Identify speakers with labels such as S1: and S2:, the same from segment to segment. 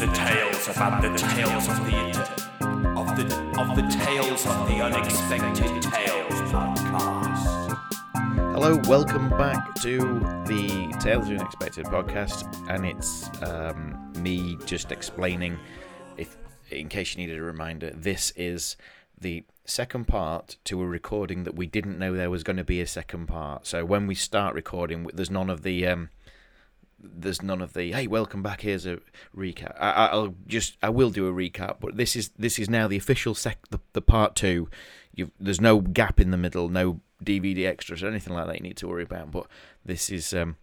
S1: tales of under the tales of the of the of the tales of the unexpected tales podcast.
S2: Hello, welcome back to the Tales of the Unexpected podcast, and it's um, me just explaining, if in case you needed a reminder, this is the second part to a recording that we didn't know there was going to be a second part. So when we start recording, there's none of the um, there's none of the hey, welcome back. Here's a recap. I, I- I'll just I will do a recap, but this is this is now the official sec the, the part two. You've, there's no gap in the middle, no DVD extras or anything like that you need to worry about. But this is um,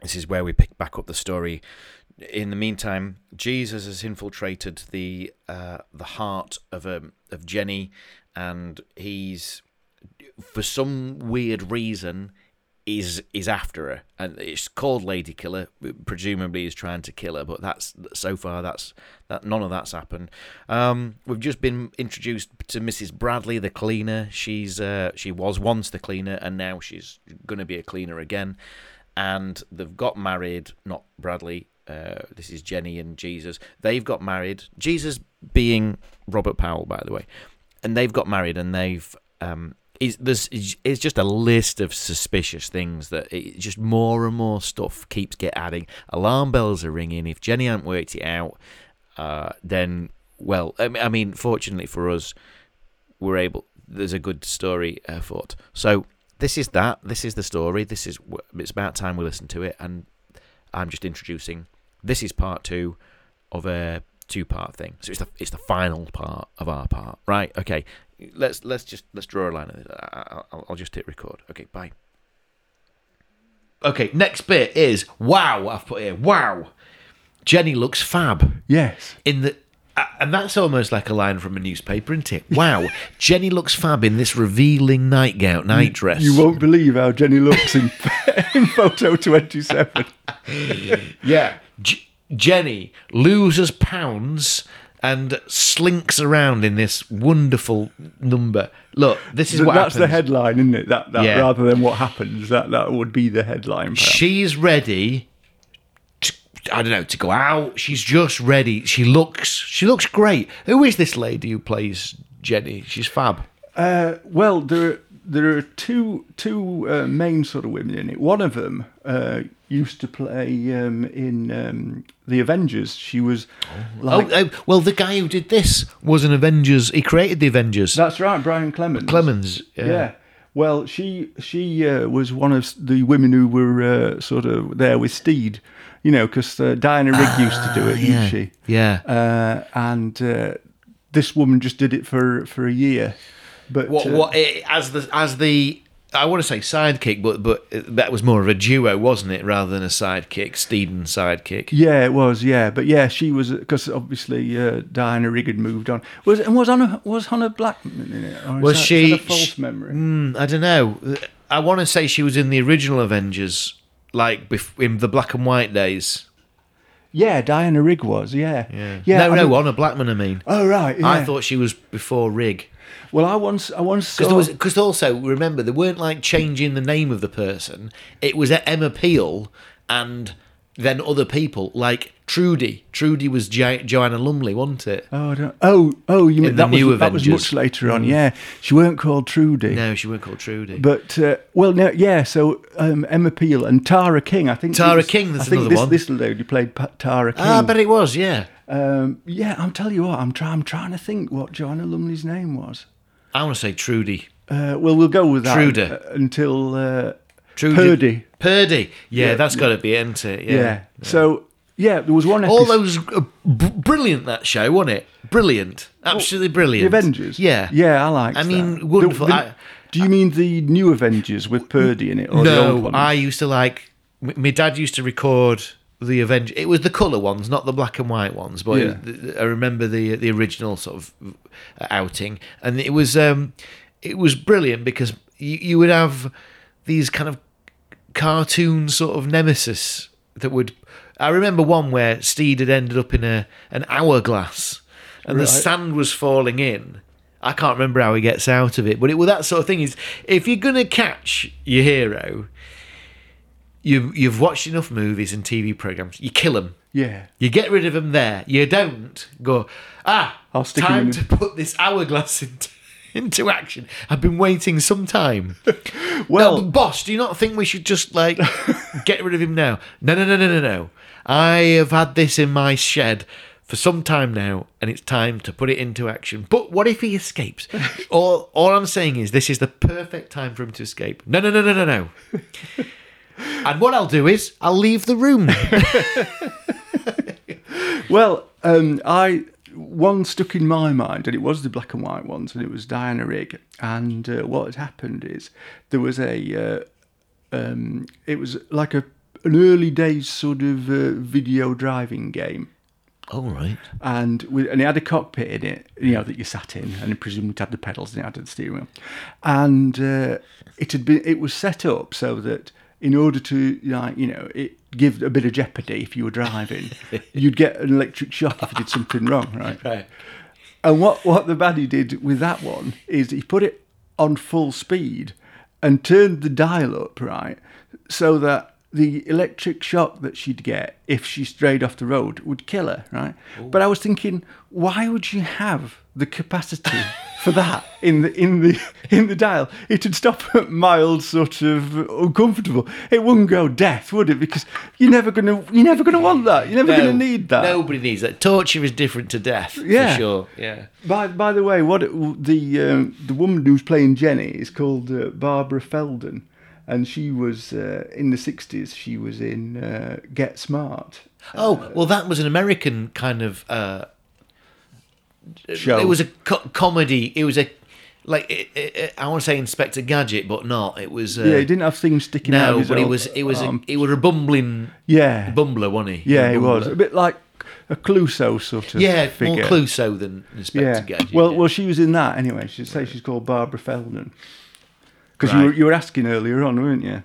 S2: this is where we pick back up the story. In the meantime, Jesus has infiltrated the uh, the heart of um, of Jenny, and he's for some weird reason is is after her, and it's called Lady Killer. Presumably, is trying to kill her, but that's so far that's that none of that's happened. Um, we've just been introduced to Mrs. Bradley, the cleaner. She's uh, she was once the cleaner, and now she's going to be a cleaner again. And they've got married. Not Bradley. Uh, this is Jenny and Jesus. They've got married. Jesus being Robert Powell, by the way, and they've got married, and they've um, is there's it's just a list of suspicious things that it just more and more stuff keeps get adding. Alarm bells are ringing. If Jenny hadn't worked it out, uh, then well, I mean, I mean, fortunately for us, we're able. There's a good story afoot. So this is that. This is the story. This is wh- it's about time we listen to it. And I'm just introducing. This is part two of a two-part thing. So it's the it's the final part of our part, right? Okay. Let's let's just let's draw a line. Of this. I, I, I'll- I'll just hit record. Okay. Bye. Okay. Next bit is wow. I've put here wow. Jenny looks fab
S3: Yes.
S2: in the uh, and that's almost like a line from a newspaper, isn't it? Wow, Jenny looks fab in this revealing nightgown, nightdress.
S3: You won't believe how Jenny looks in, in photo 27.
S2: yeah. J- Jenny loses pounds and slinks around in this wonderful number. Look, this is
S3: That's
S2: what
S3: the
S2: happens.
S3: headline, isn't it? That, that
S2: Yeah.
S3: rather than what happens, that, that would be the headline. perhaps.
S2: She's ready. To, I don't know to go out. She's just ready. She looks. She looks great. Who is this lady who plays Jenny? She's fab.
S3: Uh, well, there are, there are two two uh, main sort of women in it. One of them uh, used to play um, in um, the Avengers. She was
S2: Oh,
S3: like
S2: oh, well, the guy who did this was an Avengers. He created the Avengers.
S3: that's right, Brian Clemens.
S2: Clemens. Yeah.
S3: yeah. Well, she she uh, was one of the women who were uh, sort of there with Steed, you know, because uh, Diana Rigg used to do it,
S2: yeah.
S3: didn't she?
S2: Yeah.
S3: Uh, and uh, this woman just did it for for a year. But
S2: what?
S3: uh,
S2: What? eh, as the as the I want to say sidekick, but but eh, that was more of a duo, wasn't it, rather than a sidekick, Steeden sidekick.
S3: Yeah, it was. Yeah, but yeah, she was because obviously uh, Diana Rigg had moved on. Was and was Hannah was Hannah Blackman in it? Or is
S2: Was
S3: that- is
S2: she-
S3: that a false
S2: she-
S3: memory?
S2: Mm, I don't know. I want to say she was in the original Avengers, like bef- in the black and white days.
S3: Yeah, Diana Rigg was. Yeah,
S2: Yeah.
S3: yeah
S2: no,
S3: I
S2: no,
S3: mean-
S2: Honor Blackman. I mean,
S3: Oh right. Yeah.
S2: I thought she was before Rig.
S3: Well, I once I once saw.
S2: Because there was, because also remember they weren't like changing the name of the person. It was Emma Peel and then other people like Trudy. Trudy was jo- Joanna Lumley, wasn't it?
S3: Oh, I don't, oh, oh! You mean
S2: the
S3: that was
S2: new
S3: that was
S2: Avengers. Mm.
S3: much later on? Yeah, she weren't called Trudy.
S2: No, she weren't called Trudy.
S3: But uh, well, no, yeah. So um, Emma Peel and Tara King. I think it
S2: Tara
S3: was-
S2: King, that's
S3: I think
S2: another
S3: this,
S2: one.
S3: This lady played Pa- Tara King.
S2: ah, but it was yeah.
S3: um, yeah, I'm telling you what. I'm trying. I'm trying to think what Joanna Lumley's name was.
S2: I want to say Trudy.
S3: Uh, well, we'll go with that
S2: Truder.
S3: uh, until uh,
S2: Trudy.
S3: Purdy.
S2: Purdy. Yeah,
S3: Yeah,
S2: that's got to be it, isn't it?
S3: Yeah.
S2: Yeah.
S3: So yeah, there was one episode.
S2: All those uh, b- brilliant that show, wasn't it? Brilliant, absolutely
S3: the
S2: brilliant.
S3: Avengers.
S2: Yeah.
S3: Yeah, I like.
S2: I mean, wonderful. I-
S3: do you mean the new Avengers with Purdy in it, or the old
S2: No,
S3: one?
S2: I used to like. m- My dad used to record the Avengers. It was the colour ones, not the black and white ones. But it was the- I remember the the original sort of uh, outing, and it was um, it was brilliant because you, you would have these kind of cartoon sort of nemesis that would. I remember one where Steed had ended up in a an hourglass, and the
S3: Right.
S2: sand was falling in. I can't remember how he gets out of it, but it well that sort of thing is if you're gonna catch your hero, you you've watched enough movies and TV programs, you kill him.
S3: Yeah.
S2: You get rid of them there. You don't go, ah,
S3: I'll stick 'em
S2: time
S3: in
S2: to
S3: the-"
S2: put this hourglass into, into action. I've been waiting some time.
S3: Well,
S2: No, but boss, do you not think we should just like get rid of him now? No, no, no, no, no, no. I have had this in my shed for some time now, and it's time to put it into action. But what if he escapes? all, all I'm saying is this is the perfect time for him to escape. No, no, no, no, no, no. and what I'll do is I'll leave the room.
S3: Well, um, I one stuck in my mind, and it was the black and white ones, and it was Diana Rigg. And uh, what had happened is there was a, uh, um, it was like a an early days sort of uh, video driving game,
S2: all right.
S3: and with, and it had a cockpit in it, you know, that you sat in, and it presumably had the pedals and it had the steering wheel, and uh, it had been it was set up so that in order to like you know it give a bit of jeopardy if you were driving, you'd get an electric shock if you did something wrong, right?
S2: Right.
S3: And what what the baddie did with that one is he put it on full speed and turned the dial up right so that the electric shock that she'd get if she strayed off the road would kill her right but i was thinking why would you have the capacity for that in the in the in the dial it'd stop at mild sort of uncomfortable it wouldn't go death would it because you're never going to you're never going to want that you're never going to need that
S2: Nobody needs that. Torture is different to death.
S3: Yeah.
S2: For sure. Yeah.
S3: By by the way, what it- the um, the woman who's playing Jenny is called uh, Barbara Feldon, and she was uh, in the sixties. She was in uh, Get Smart.
S2: Oh, well, that was an American kind of uh,
S3: Show.
S2: It was a co- comedy. It was a like it, it, it- I want to say Inspector Gadget, but not. It was uh,
S3: yeah, he didn't have things sticking out. of
S2: no,
S3: his
S2: but it
S3: own
S2: was it was
S3: arm.
S2: a, it was a bumbling
S3: yeah,
S2: bumbler, wasn't he?
S3: yeah,
S2: A
S3: he was
S2: bumbler.
S3: a bit like a Cluso sort of
S2: Yeah, more
S3: figure.
S2: Cluso than Inspector
S3: Yeah,
S2: Gadget.
S3: well,
S2: yeah.
S3: well, she was in that anyway. She'd say she's called Barbara Feldon because you were
S2: Right.
S3: you were asking earlier on, weren't you?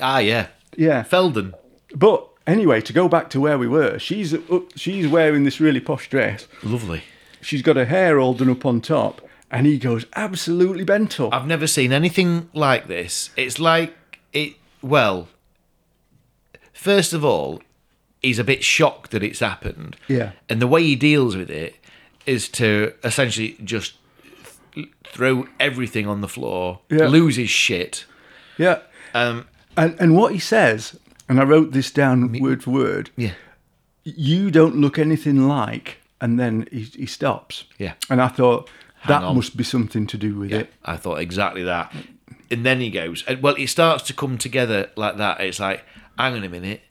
S2: ah, yeah,
S3: Yeah,
S2: Felden.
S3: But anyway, to go back to where we were, she's up, she's wearing this really posh dress.
S2: Lovely.
S3: She's got her hair all done up on top, and he goes absolutely bent up.
S2: I've never seen anything like this. It's like it. Well, first of all, he's a bit shocked that it's happened.
S3: Yeah.
S2: And the way he deals with it is to essentially just th- throw everything on the floor,
S3: Yeah.
S2: lose his shit.
S3: yeah.
S2: Um,
S3: And and what he says, and I wrote this down word for word.
S2: yeah.
S3: You don't look anything like, and then he, he stops.
S2: Yeah.
S3: And I thought that
S2: on.
S3: must be something to do with it.
S2: I thought exactly that. And then he goes, and well, it starts to come together like that. It's like, hang on a minute.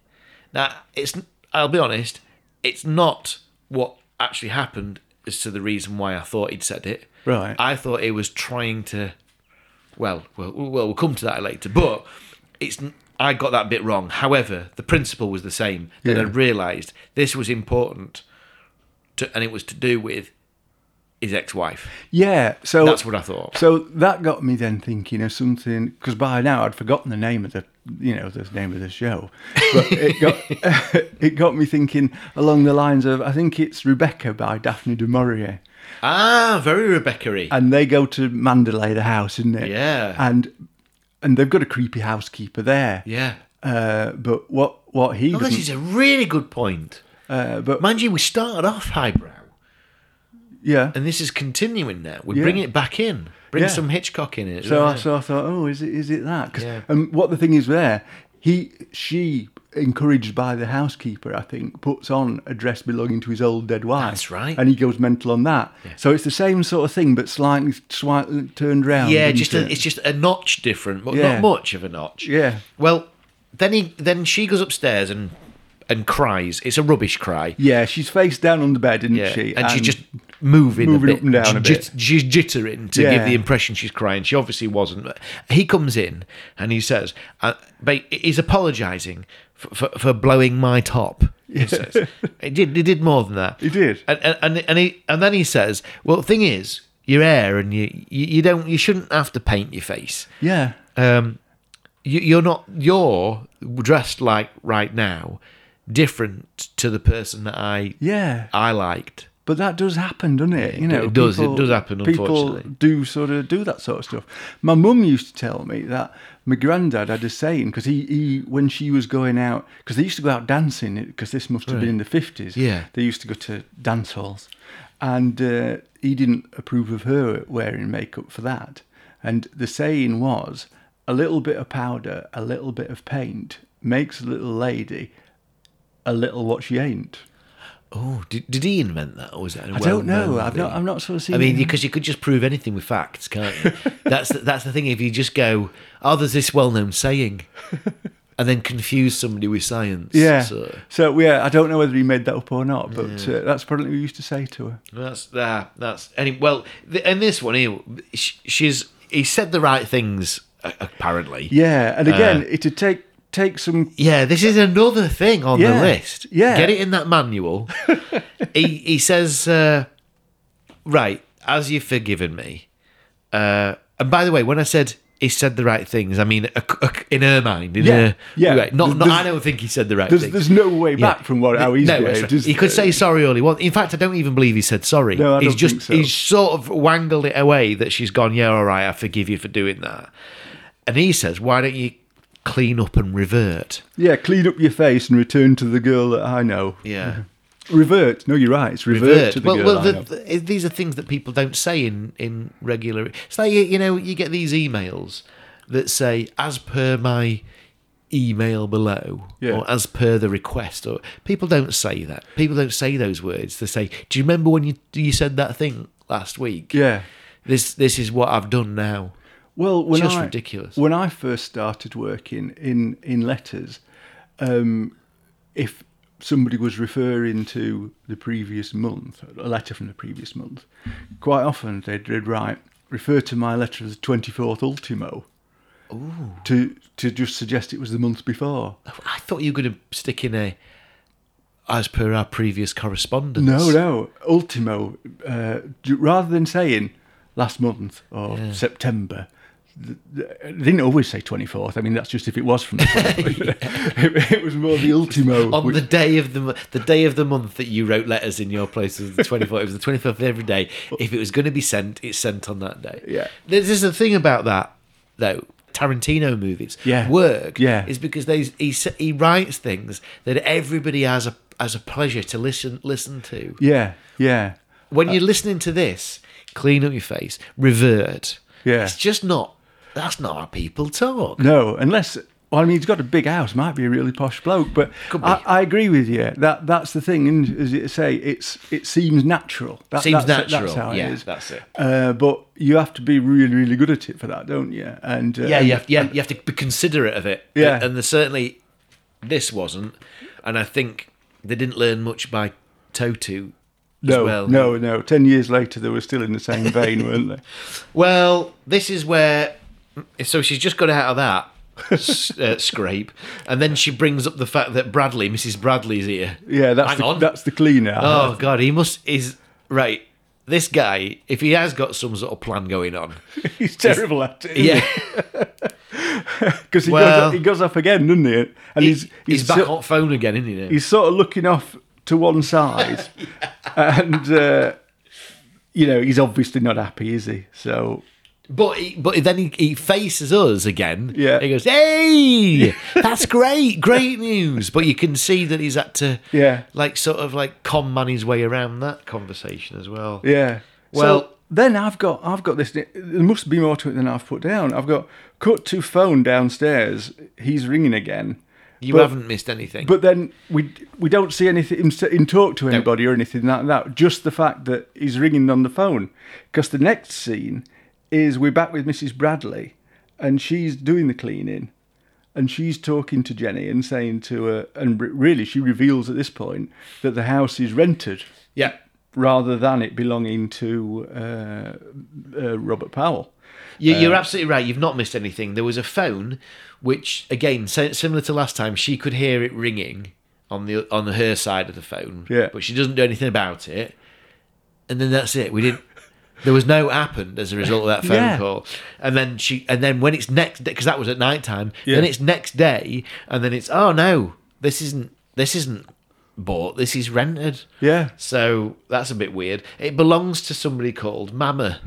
S2: Now, it's, I'll be honest, it's not what actually happened as to the reason why I thought he'd said it.
S3: Right.
S2: I thought he was trying to, well, well, well, we'll come to that later, but it's, I got that bit wrong. However, the principle was the same. Then I
S3: Yeah.
S2: realised this was important to, and it was to do with his ex wife.
S3: Yeah. So
S2: That's what I thought.
S3: So that got me then thinking of something because by now I'd forgotten the name of the you know the name of the show, but it got it got me thinking along the lines of I think it's Rebecca by Daphne du Maurier,
S2: Ah, very Rebecca y.
S3: and they go to Mandalay the house, isn't it?
S2: Yeah.
S3: and and they've got a creepy housekeeper there.
S2: Yeah.
S3: Uh, but what what he
S2: Oh, this
S3: doesn't-
S2: is a really good point.
S3: uh, but
S2: Mind you, we started off highbrow,
S3: yeah.
S2: and this is continuing now. We're
S3: Yeah.
S2: bringing it back in. Bring
S3: Yeah.
S2: some Hitchcock in it.
S3: So, I
S2: Yeah.
S3: so I thought, oh, is it is it that? 'Cause-
S2: Yeah.
S3: And what the thing is there, he she encouraged by the housekeeper, I think, puts on a dress belonging to his old dead wife.
S2: That's right.
S3: And he goes mental on that. So it's the same sort of thing, but slightly, slightly turned round.
S2: yeah,
S3: isn't
S2: just a,
S3: it?
S2: it's just a notch different, but
S3: Yeah.
S2: not much of a notch.
S3: Yeah.
S2: Well, then he then she goes upstairs and and cries. It's a rubbish cry.
S3: yeah. She's face down on the bed, isn't
S2: Yeah,
S3: she?
S2: and, she's just moving,
S3: moving
S2: a bit,
S3: up and down a
S2: jit- She's jittering to
S3: Yeah.
S2: give the impression she's crying. She obviously wasn't. He comes in and he says, uh, ba- "He's apologising for, for for blowing my top." He says, "He did. He did more than that.
S3: He did.
S2: And and and, and he and then he says, "Well, the thing is, you're air, and you, you you don't you shouldn't have to paint your face.
S3: yeah.
S2: Um, you, you're not you're dressed like right now, different to the person that I
S3: Yeah.
S2: I liked."
S3: But that does happen, doesn't it? You know,
S2: it does. It does happen,
S3: People
S2: unfortunately.
S3: do sort of do that sort of stuff. My mum used to tell me that my granddad had a saying because he, he when she was going out because they used to go out dancing because this must have been in the fifties.
S2: Yeah.
S3: they used to go to dance halls, and uh, he didn't approve of her wearing makeup for that. And the saying was, a little bit of powder, a little bit of paint makes a little lady a little what she ain't.
S2: Oh, did, did he invent that, or was that? a
S3: I don't know.
S2: well-known
S3: I've not.
S2: thing?
S3: I'm not sort of seen.
S2: I mean,
S3: it.
S2: because you could just prove anything with facts, can't you? that's the, that's the thing. If you just go, oh, there's this well-known saying, and then confuse somebody with science.
S3: Yeah.
S2: So, uh,
S3: So, yeah, I don't know whether he made that up or not, but uh, that's probably what we used to say to her.
S2: that's ah, that's any well. Th- and this one here, sh- she's he said the right things a- apparently.
S3: Yeah,
S2: Uh,
S3: and again, it'd take take some.
S2: Yeah, this is another thing on
S3: Yeah,
S2: the list.
S3: yeah.
S2: Get it in that manual. he he says, uh, right, as you've forgiven me. Uh, and by the way, when I said he said the right things, I mean a, a, in her mind. In
S3: Yeah,
S2: her,
S3: yeah.
S2: Right, not, not,
S3: There's-
S2: I don't think he said the right
S3: There's,
S2: things.
S3: there's no way back from what how he's
S2: No,
S3: behaved,
S2: it's right.
S3: is
S2: He could
S3: there?
S2: say sorry all he wants. In fact, I don't even believe he said sorry.
S3: No, I
S2: he's
S3: don't
S2: just
S3: think so.
S2: he's sort of wangled it away that she's gone. Yeah, all right, I forgive you for doing that. And he says, why don't you clean up and revert?
S3: Yeah, clean up your face and return to the girl that I know.
S2: Yeah.
S3: Revert. No, you're right. It's revert,
S2: Revert.
S3: to the
S2: well,
S3: girl
S2: well
S3: I
S2: the,
S3: know.
S2: the- these are things that people don't say in, in regular. e, It's like, you- you know, you get these emails that say, as per my email below,
S3: Yeah.
S2: or as per the request. or People don't say that. People don't say those words. They say, do you remember when you, you said that thing last week?
S3: yeah.
S2: This, this is what I've done now.
S3: Well, when
S2: Just
S3: I,
S2: ridiculous.
S3: When I first started working in in letters, um, if somebody was referring to the previous month, a letter from the previous month, quite often they'd, they'd write refer to my letter as the twenty fourth ultimo. To to just suggest it was the month before.
S2: I thought you were going to stick in a, as per our previous correspondence.
S3: No, no, ultimo. Uh, d- rather than saying last month or September, th- th- they didn't always say 24th. I mean, that's just if it was from the 24th. it, it was more the ultimo.
S2: on
S3: which-
S2: the day of the mo- the day of the month that you wrote letters in your place was the 24th it was the 25th of every day if it was going to be sent it's sent on that day
S3: Yeah.
S2: there's just a thing about that though tarantino movies
S3: Yeah.
S2: work
S3: Yeah.
S2: is because they he, s- he writes things that everybody has a has a pleasure to listen listen to
S3: yeah, yeah.
S2: when you're listening to this clean up your face revert
S3: Yeah.
S2: it's just not that's not how people talk
S3: No, unless. Well, I mean, he's got a big house. Might be a really posh bloke, but
S2: Could be.
S3: I, I agree with you. That that's the thing. And as you say, it's it seems natural. That,
S2: Seems
S3: that's,
S2: natural.
S3: That's how
S2: Yeah,
S3: it is.
S2: that's it.
S3: Uh, but you have to be really, really good at it for that, don't you? And uh,
S2: yeah,
S3: and-
S2: you have, yeah, you have to be considerate of it.
S3: Yeah.
S2: and there's certainly this wasn't, and I think they didn't learn much by Toto.
S3: No,
S2: as well.
S3: no, no. Ten years later, they were still in the same vein, weren't they?
S2: Well, this is where. So she's just got out of that s- uh, scrape, and then she brings up the fact that Bradley, Mrs. Bradley's here.
S3: Yeah, that's
S2: Hang
S3: the,
S2: on.
S3: that's the cleaner.
S2: Oh God, he must is right. This guy, if he has got some sort of plan going on,
S3: he's terrible at it.
S2: yeah,
S3: because he,
S2: Well-
S3: goes, he goes off again, doesn't he? And he's
S2: he's,
S3: he's
S2: back
S3: so-
S2: on phone again, isn't he? now?
S3: he's sort of looking off to one side, and uh, you know he's obviously not happy, is he? So
S2: But he, but then he, he faces us again.
S3: Yeah.
S2: He goes, "Hey, that's great, great news." But you can see that he's had to,
S3: Yeah.
S2: like sort of like con man his way around that conversation as well.
S3: Yeah.
S2: Well-
S3: so then I've got I've got this. There must be more to it than I've put down. I've got cut to phone downstairs. He's ringing again.
S2: You
S3: But-
S2: haven't missed anything.
S3: But then we we don't see anything him s- in talk to anybody or anything like that. Just the fact that he's ringing on the phone. Because the next scene is we're back with Mrs. Bradley, and she's doing the cleaning, and she's talking to Jenny and saying to her, and re- really she reveals at this point that the house is rented
S2: yeah,
S3: rather than it belonging to uh, uh, Robert Powell.
S2: you,
S3: Um,
S2: you're absolutely right. You've not missed anything. There was a phone, which again, si- similar to last time, she could hear it ringing on the on her side of the phone.
S3: Yeah.
S2: But she doesn't do anything about it. And then that's it. We didn't. There was no happened as a result of that phone
S3: Yeah.
S2: call. And then she. And then when it's next, because that was at night time.
S3: Yeah.
S2: Then it's next day, and then it's oh no, this isn't. This isn't bought, this is rented.
S3: Yeah.
S2: So that's a bit weird. It belongs to somebody called Mama,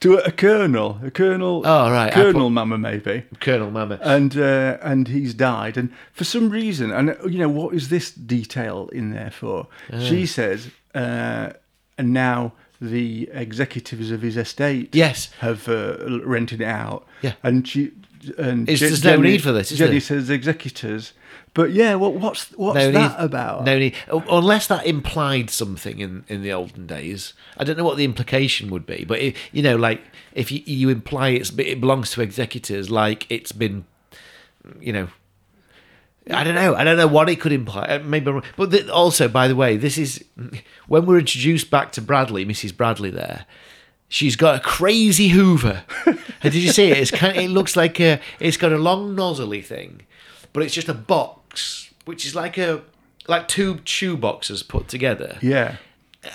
S3: to a, a colonel, a colonel.
S2: Oh, right, I
S3: colonel Mama maybe.
S2: Colonel Mama.
S3: And uh, and he's died, and for some reason, and uh, you know what is this detail in there for? She says, uh, and now the executives of his estate,
S2: Yes.
S3: have uh, rented it out.
S2: Yeah.
S3: and she and
S2: It's-
S3: Je-
S2: there's no need for this, is
S3: Jenny
S2: there?
S3: says executors, but yeah, what what's what's
S2: no
S3: that
S2: need,
S3: about?
S2: No need, u- unless that implied something in, in the olden days. I don't know what the implication would be, but i you know, like if you, you imply it's it belongs to executors, like it's been, you know, I don't know, I don't know what it could imply. Uh, Maybe, I'm wrong. but th- also, by the way, this is when we're introduced back to Bradley, Mrs. Bradley. There, she's got a crazy Hoover. And Did you see it? It's kind it looks like a. It's got a long nozzly thing, but it's just a box, which is like a like two chew boxes put together.
S3: Yeah,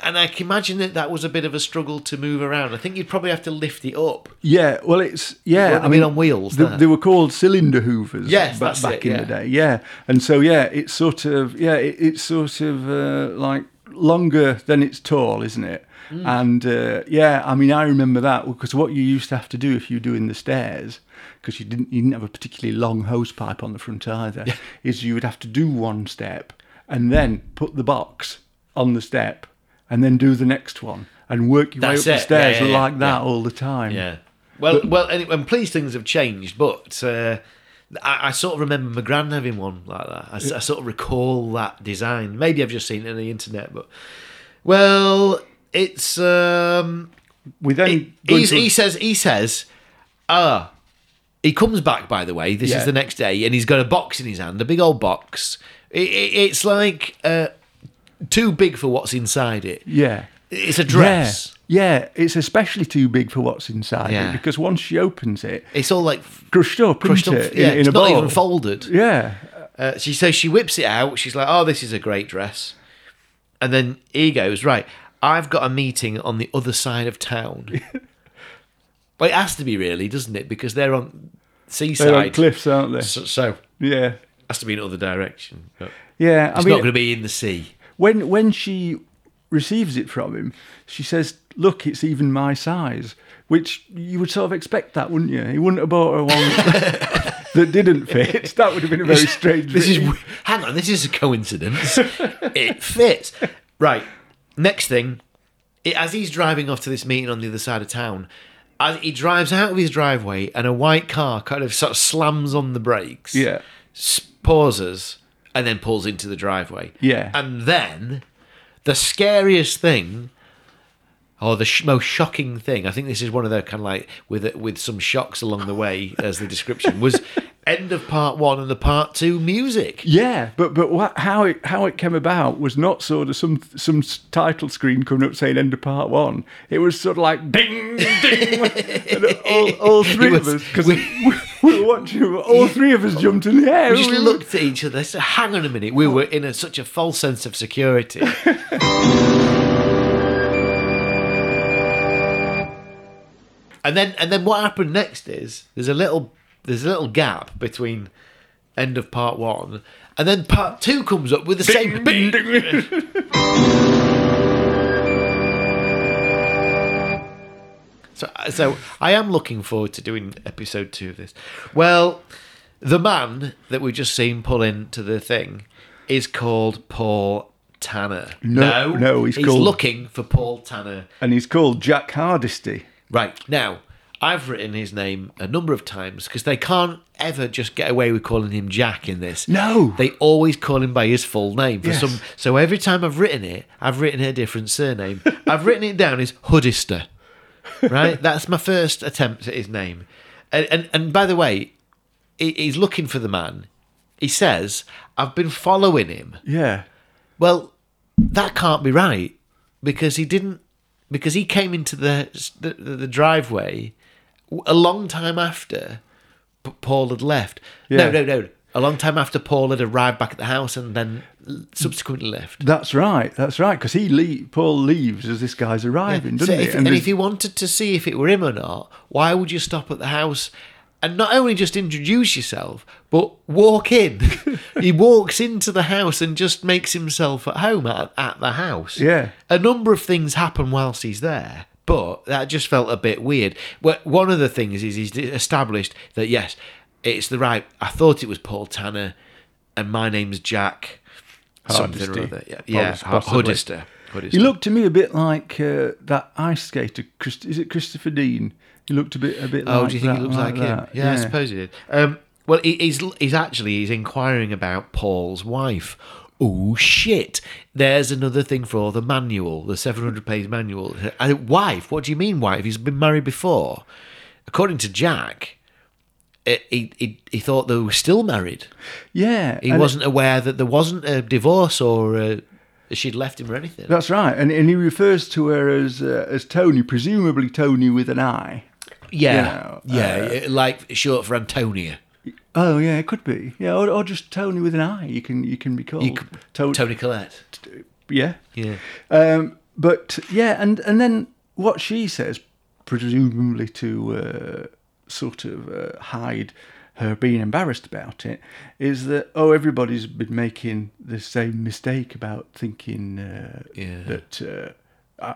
S2: And I can imagine that that was a bit of a struggle to move around. I think you'd probably have to lift it up.
S3: yeah. Well, it's yeah.
S2: wouldn't have been on wheels,
S3: They,
S2: that.
S3: they were called cylinder hoovers.
S2: Yes,
S3: ba-
S2: that's
S3: back
S2: it,
S3: in
S2: yeah.
S3: the day. Yeah, and so yeah, it's sort of yeah, it, it's sort of uh, like longer than it's tall, isn't it?
S2: Mm.
S3: And uh, yeah, I mean, I remember that because what you used to have to do if you were doing the stairs, because you didn't you didn't have a particularly long hose pipe on the front either, is you would have to do one step and then put the box on the step and then do the next one and work your
S2: That's
S3: way
S2: it.
S3: up the stairs
S2: Yeah, yeah, yeah,
S3: like that
S2: yeah.
S3: all the time.
S2: Yeah. Well, well, anyway, and please things have changed, but uh, I, I sort of remember my gran having one like that. I, s- I sort of recall that design. Maybe I've just seen it on the internet, but well, it's um,
S3: We then
S2: he,
S3: go
S2: he's-
S3: to-
S2: he says he says ah he comes back by the way this
S3: Yeah.
S2: is the next day and he's got a box in his hand a big old box I i it's like uh, too big for what's inside it
S3: yeah.
S2: it's a dress
S3: Yeah, yeah, it's especially too big for what's inside
S2: Yeah.
S3: it because once she opens it,
S2: it's all like f-
S3: crushed up,
S2: crushed up
S3: isn't it?
S2: yeah
S3: in,
S2: it's
S3: in a
S2: not
S3: ball.
S2: even folded
S3: Yeah,
S2: Uh, she so she whips it out. She's like, "Oh, this is a great dress," and then he goes, "Right, I've got a meeting on the other side of town." well, it has to be really, doesn't it? Because they're on seaside
S3: they're on cliffs, aren't they?
S2: so, so it
S3: Yeah,
S2: has to be in other direction. But
S3: yeah. I
S2: it's
S3: mean,
S2: not going to be in the sea.
S3: when when she receives it from him, she says, "Look, it's even my size," which you would sort of expect that, wouldn't you? He wouldn't have bought her one that didn't fit. That would have been a very strange.
S2: This is
S3: thing.
S2: w- hang on. This is a coincidence. it fits. Right. Next thing, i as he's driving off to this meeting on the other side of town, as he drives out of his driveway, and a white car kind of sort of slams on the brakes.
S3: yeah,
S2: s- pauses and then pulls into the driveway.
S3: Yeah.
S2: And then the scariest thing, or the sh- most shocking thing, I think this is one of their kind of like with with some shocks along the way as the description was end of part one and the part two music.
S3: Yeah, but but what, how it how it came about was not sort of some some s- title screen coming up saying end of part one. It was sort of like ding ding, and all, all three
S2: was-
S3: of us because
S2: we-
S3: we, we were watching. All three of us jumped in the air.
S2: We just looked at each other. So hang on a minute. We were in a, such a false sense of security. and then, and then what happened next is there's a little there's a little gap between end of part one and then part two comes up with the same.
S3: Ding, ding.
S2: So, so I am looking forward to doing episode two of this. Well, the man that we've just seen pull into the thing is called Paul Tanner.
S3: No, no, he's called-
S2: looking for Paul Tanner.
S3: and he's called Jack Hardisty.
S2: Right now, I've written his name a number of times because they can't ever just get away with calling him Jack in this.
S3: No.
S2: they always call him by his full name for
S3: Yes.
S2: some. So every time I've written it, I've written a different surname. I've written it down as Hoodister. Right, that's my first attempt at his name. And and, and by the way, he, he's looking for the man. He says, "I've been following him."
S3: Yeah,
S2: Well, that can't be right because he didn't because he came into the the, the driveway w- a long time after P- Paul had left.
S3: Yeah.
S2: No, no, no. A long time after Paul had arrived back at the house and then l- subsequently left.
S3: that's right, that's right. Because he le- Paul leaves as this guy's arriving,
S2: So
S3: doesn't he?
S2: if, and
S3: the-
S2: if you wanted to see if it were him or not, why would you stop at the house and not only just introduce yourself, but walk in. he walks into the house and just makes himself at home at, at the house.
S3: Yeah.
S2: A number of things happen whilst he's there, but that just felt a bit weird. Well, One of the things is he's established that, yes, it's the right. I thought it was Paul Tanner, and my name's Jack. Something or
S3: Hardesty.
S2: other. Yeah, yeah
S3: Possibly.
S2: Huddester. Huddester.
S3: He looked to me a bit like uh, that ice skater. Christ- is it Christopher Dean? He looked a bit, a bit.
S2: Oh,
S3: like
S2: do you think
S3: that,
S2: he looks like, him?
S3: that.
S2: Yeah, I suppose he did. Um, well, he, he's he's actually he's inquiring about Paul's wife. Oh shit! There's another thing for the manual, the 700-page manual. Uh, wife? What do you mean, wife? He's been married before. According to Jack, eh, he he, he thought they were still married.
S3: yeah.
S2: He
S3: and-
S2: wasn't aware that there wasn't a divorce or uh she'd left him or anything.
S3: That's right, and and he refers to her as uh, as Tony, presumably Tony with an I.
S2: yeah,
S3: you know,
S2: yeah, eh, like short for Antonia.
S3: Oh yeah, it could be. Yeah, or, or just Tony with an I. You can you can be called
S2: You c-
S3: To-
S2: Tony Collette.
S3: Yeah.
S2: Yeah.
S3: Um, but yeah, and and then what she says, presumably to uh, sort of uh, hide her being embarrassed about it, is that oh everybody's been making the same mistake about thinking uh,
S2: Yeah.
S3: that uh, I,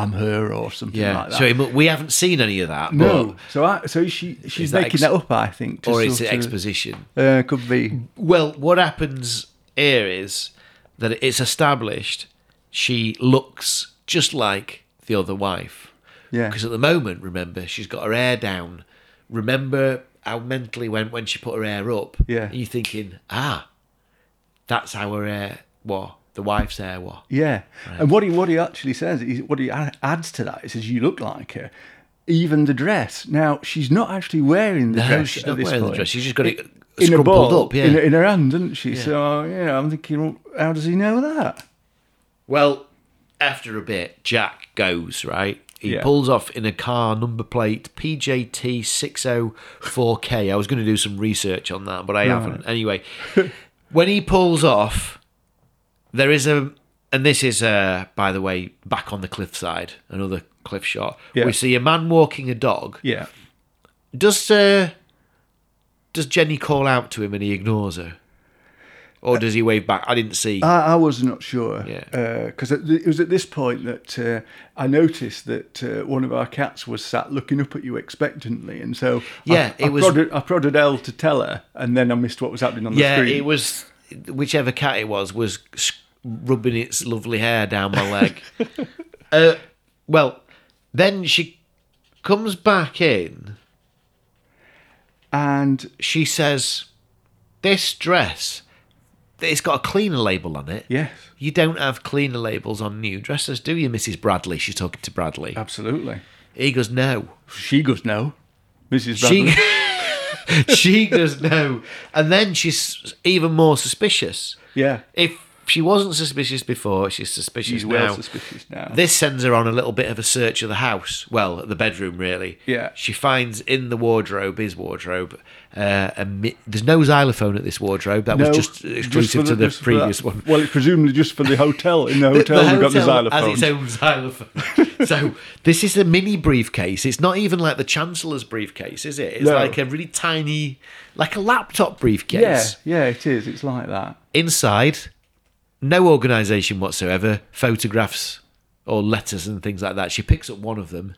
S3: I'm her or something
S2: Yeah.
S3: like that.
S2: So he mu- we haven't seen any of that.
S3: no, so I, so she she's
S2: that
S3: making
S2: ex-
S3: that up, I think. To
S2: But, or it's
S3: sort
S2: an
S3: of-
S2: exposition.
S3: Uh, could be.
S2: Well, what happens here is that it's established she looks just like the other wife.
S3: Yeah.
S2: Because at the moment, remember, she's got her hair down. Remember how mentally went when she put her hair up.
S3: Yeah.
S2: And you're thinking, ah, that's how her hair was. The wife's hair was.
S3: Yeah, and what he what he actually says, is what he a- adds to that, he says, "You look like her." Even the dress. Now she's not actually wearing the
S2: No,
S3: dress.
S2: she's
S3: at
S2: not
S3: this
S2: wearing the
S3: point.
S2: dress. She's just got it
S3: in a
S2: scrumpled
S3: ball
S2: up, yeah.
S3: in, in her hand, doesn't she? So you know, I'm thinking, well, how does he know that?
S2: Well, after a bit, Jack goes, right? He
S3: Yeah.
S2: pulls off in a car number plate PJT604K. I was going to do some research on that, but I haven't. Anyway, when he pulls off, there is a. And this is, uh, by the way, back on the cliffside, another cliff shot.
S3: Yeah.
S2: We see a man walking a dog.
S3: Yeah,
S2: Does uh, does Jenny call out to him and he ignores her, or
S3: Uh,
S2: does he wave back? I didn't see.
S3: I, I was not sure.
S2: Yeah.
S3: because it was at this point that uh, I noticed that uh, one of our cats was sat looking up at you expectantly, and so
S2: Yeah,
S3: I, I
S2: it was-
S3: Prodded, I prodded Elle to tell her, and then I missed what was happening on the
S2: yeah,
S3: screen.
S2: it was whichever cat it was was s- rubbing its lovely hair down my leg. uh, well, then she comes back in.
S3: and
S2: She says, "This dress, it's got a cleaner label on it.
S3: yes,
S2: You don't have cleaner labels on new dresses, do you, Mrs. Bradley?" She's talking to Bradley.
S3: Uh. absolutely.
S2: He goes, "No."
S3: She goes no, Mrs. Bradley.
S2: She she goes, "No," and then she's even more suspicious.
S3: yeah,
S2: If she wasn't suspicious before, she's suspicious
S3: she's
S2: now.
S3: well suspicious now.
S2: This sends her on a little bit of a search of the house. Well, the bedroom, really.
S3: Yeah.
S2: She finds in the wardrobe, his wardrobe, uh, a mi- there's no xylophone at this wardrobe. That
S3: No,
S2: was just
S3: for
S2: exclusive to the
S3: just for that-
S2: previous one.
S3: Well, it's presumably just for the hotel. In the hotel, we've got the
S2: hotel
S3: xylophone.
S2: Has its own xylophone. so this is a mini briefcase. It's not even like the Chancellor's briefcase, is it? It's
S3: No.
S2: like a really tiny, like a laptop briefcase.
S3: yeah, yeah, it is. It's like that.
S2: Inside, no organisation whatsoever, photographs or letters and things like that. She picks up one of them.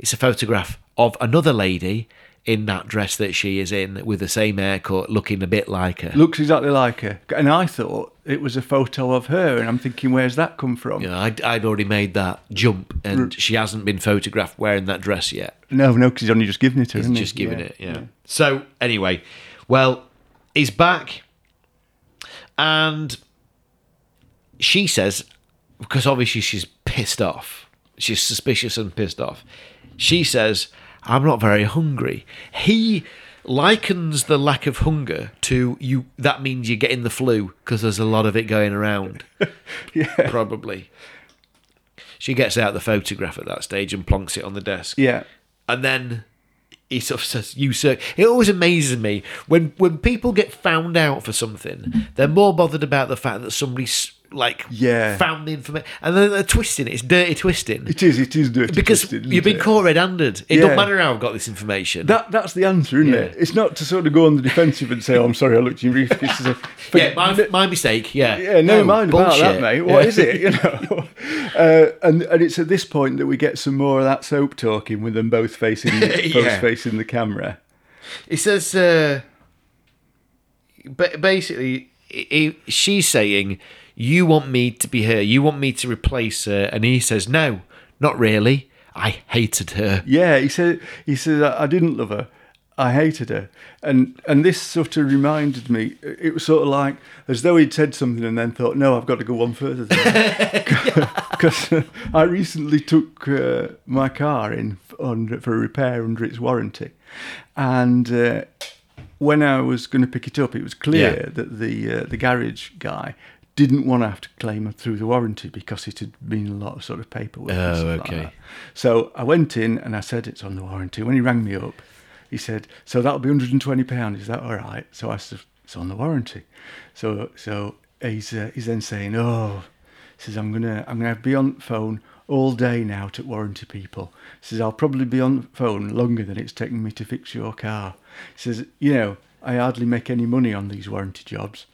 S2: It's a photograph of another lady in that dress that she is in with the same haircut, looking a bit like her.
S3: Looks exactly like her. And I thought it was a photo of her, and I'm thinking, where's that come from?
S2: You know, I'd, I'd already made that jump, and
S3: Mm.
S2: she hasn't been photographed wearing that dress yet.
S3: No, no, because he's only just given it to her.
S2: He's
S3: isn't he?
S2: just giving
S3: Yeah.
S2: it, yeah. So anyway, well, he's back, and she says, because obviously she's pissed off, she's suspicious and pissed off. She says, "I'm not very hungry." He likens the lack of hunger to you. That means you're getting the flu because there's a lot of it going around, probably. She gets out the photograph at that stage and plonks it on the desk
S3: Yeah.
S2: and then he sort of says, "You sir." It always amazes me when when people get found out for something. They're more bothered about the fact that somebody s- like
S3: Yeah.
S2: found the information and then they're twisting it. It's dirty twisting
S3: It is. It is dirty.
S2: because
S3: twisted, isn't
S2: you've been
S3: it?
S2: caught red-handed. It
S3: Yeah.
S2: doesn't matter how I've got this information.
S3: That that's the answer, isn't it?
S2: Yeah.
S3: It's not to sort of go on the defensive and say, "Oh, I'm sorry, I looked you in the brief." It's to say,
S2: yeah, my, my mistake. Yeah,
S3: Yeah, never
S2: No,
S3: mind about
S2: bullshit.
S3: that, mate. What
S2: Yeah.
S3: is it? You know, uh, and and it's at this point that we get some more of that soap talking with them both facing the, both
S2: Yeah.
S3: facing the camera.
S2: It says, uh, ba- basically, i i she's saying, "You want me to be her. You want me to replace her." And he says, "No, not really. I hated her."
S3: Yeah, he said he said I I didn't love her. I hated her, and and this sort of reminded me. It was sort of like as though he'd said something and then thought, "No, I've got to go one further." Because I recently took uh, my car in on, for repair under its warranty, and uh, when I was going to pick it up, it was clear
S2: Yeah.
S3: that the uh, the garage guy didn't want to have to claim through the warranty because it had been a lot of sort of paperwork. and
S2: Oh,
S3: stuff like
S2: okay.
S3: that. So I went in and I said it's on the warranty. When he rang me up, he said, "So that'll be 120 pound. Is that all right?" So I said, "It's on the warranty." So so he's uh, he's then saying, "Oh," he says, "I'm gonna I'm gonna be on phone all day now to warranty people." He says, "I'll probably be on phone longer than it's taken me to fix your car." He says, "You know, I hardly make any money on these warranty jobs."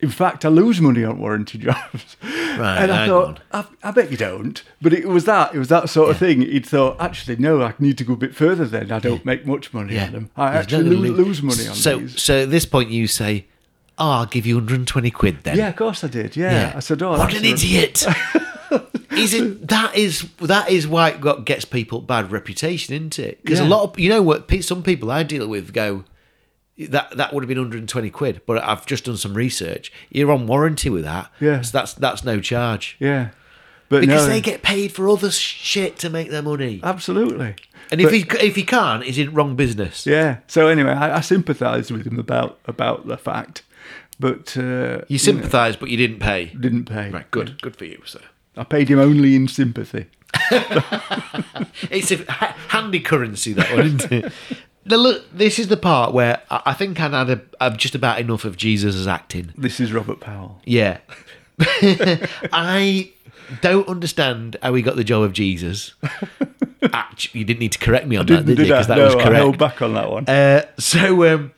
S3: In fact, I lose money on warranty jobs.
S2: Right,
S3: and I
S2: hang
S3: thought,
S2: on.
S3: I, I bet you don't. But it was that. It was that sort of thing. He'd thought, actually, no, I need to go a bit further then. I don't make much money on them. I
S2: He's
S3: actually
S2: not
S3: lo-
S2: gonna
S3: lose money on
S2: so,
S3: these.
S2: So at this point, you say, oh, I'll give you 120 quid then.
S3: Yeah, of course I did. Yeah. I said, oh,
S2: what
S3: that's
S2: an
S3: a-
S2: idiot! is it that is that is why it got, gets people bad reputation, isn't it? Because
S3: Yeah.
S2: a lot of you know what pe- some people I deal with go that that would have been 120 quid, but I've just done some research. You're on warranty with that.
S3: Yeah.
S2: so that's that's no charge
S3: Yeah. But
S2: because
S3: no, Uh,
S2: they get paid for other shit to make their money.
S3: Absolutely.
S2: and if he if he can't, he's in wrong business.
S3: Yeah. So anyway, I, I sympathised with him about about the fact, but uh,
S2: You sympathise, but you didn't pay.
S3: didn't pay.
S2: Right, good, good for you, sir.
S3: I paid him only in sympathy.
S2: It's a ha- handy currency that one, isn't it? Now look, this is the part where I I think I'd had a, I've just about enough of Jesus as acting.
S3: This is Robert Powell.
S2: Yeah, I don't understand how he got the job of Jesus. Actually, you Uh, didn't need to correct me on that,
S3: Didn't
S2: did
S3: do
S2: you? Because
S3: that.
S2: that
S3: no,
S2: was
S3: I
S2: correct.
S3: held back on that one.
S2: Uh, so, um,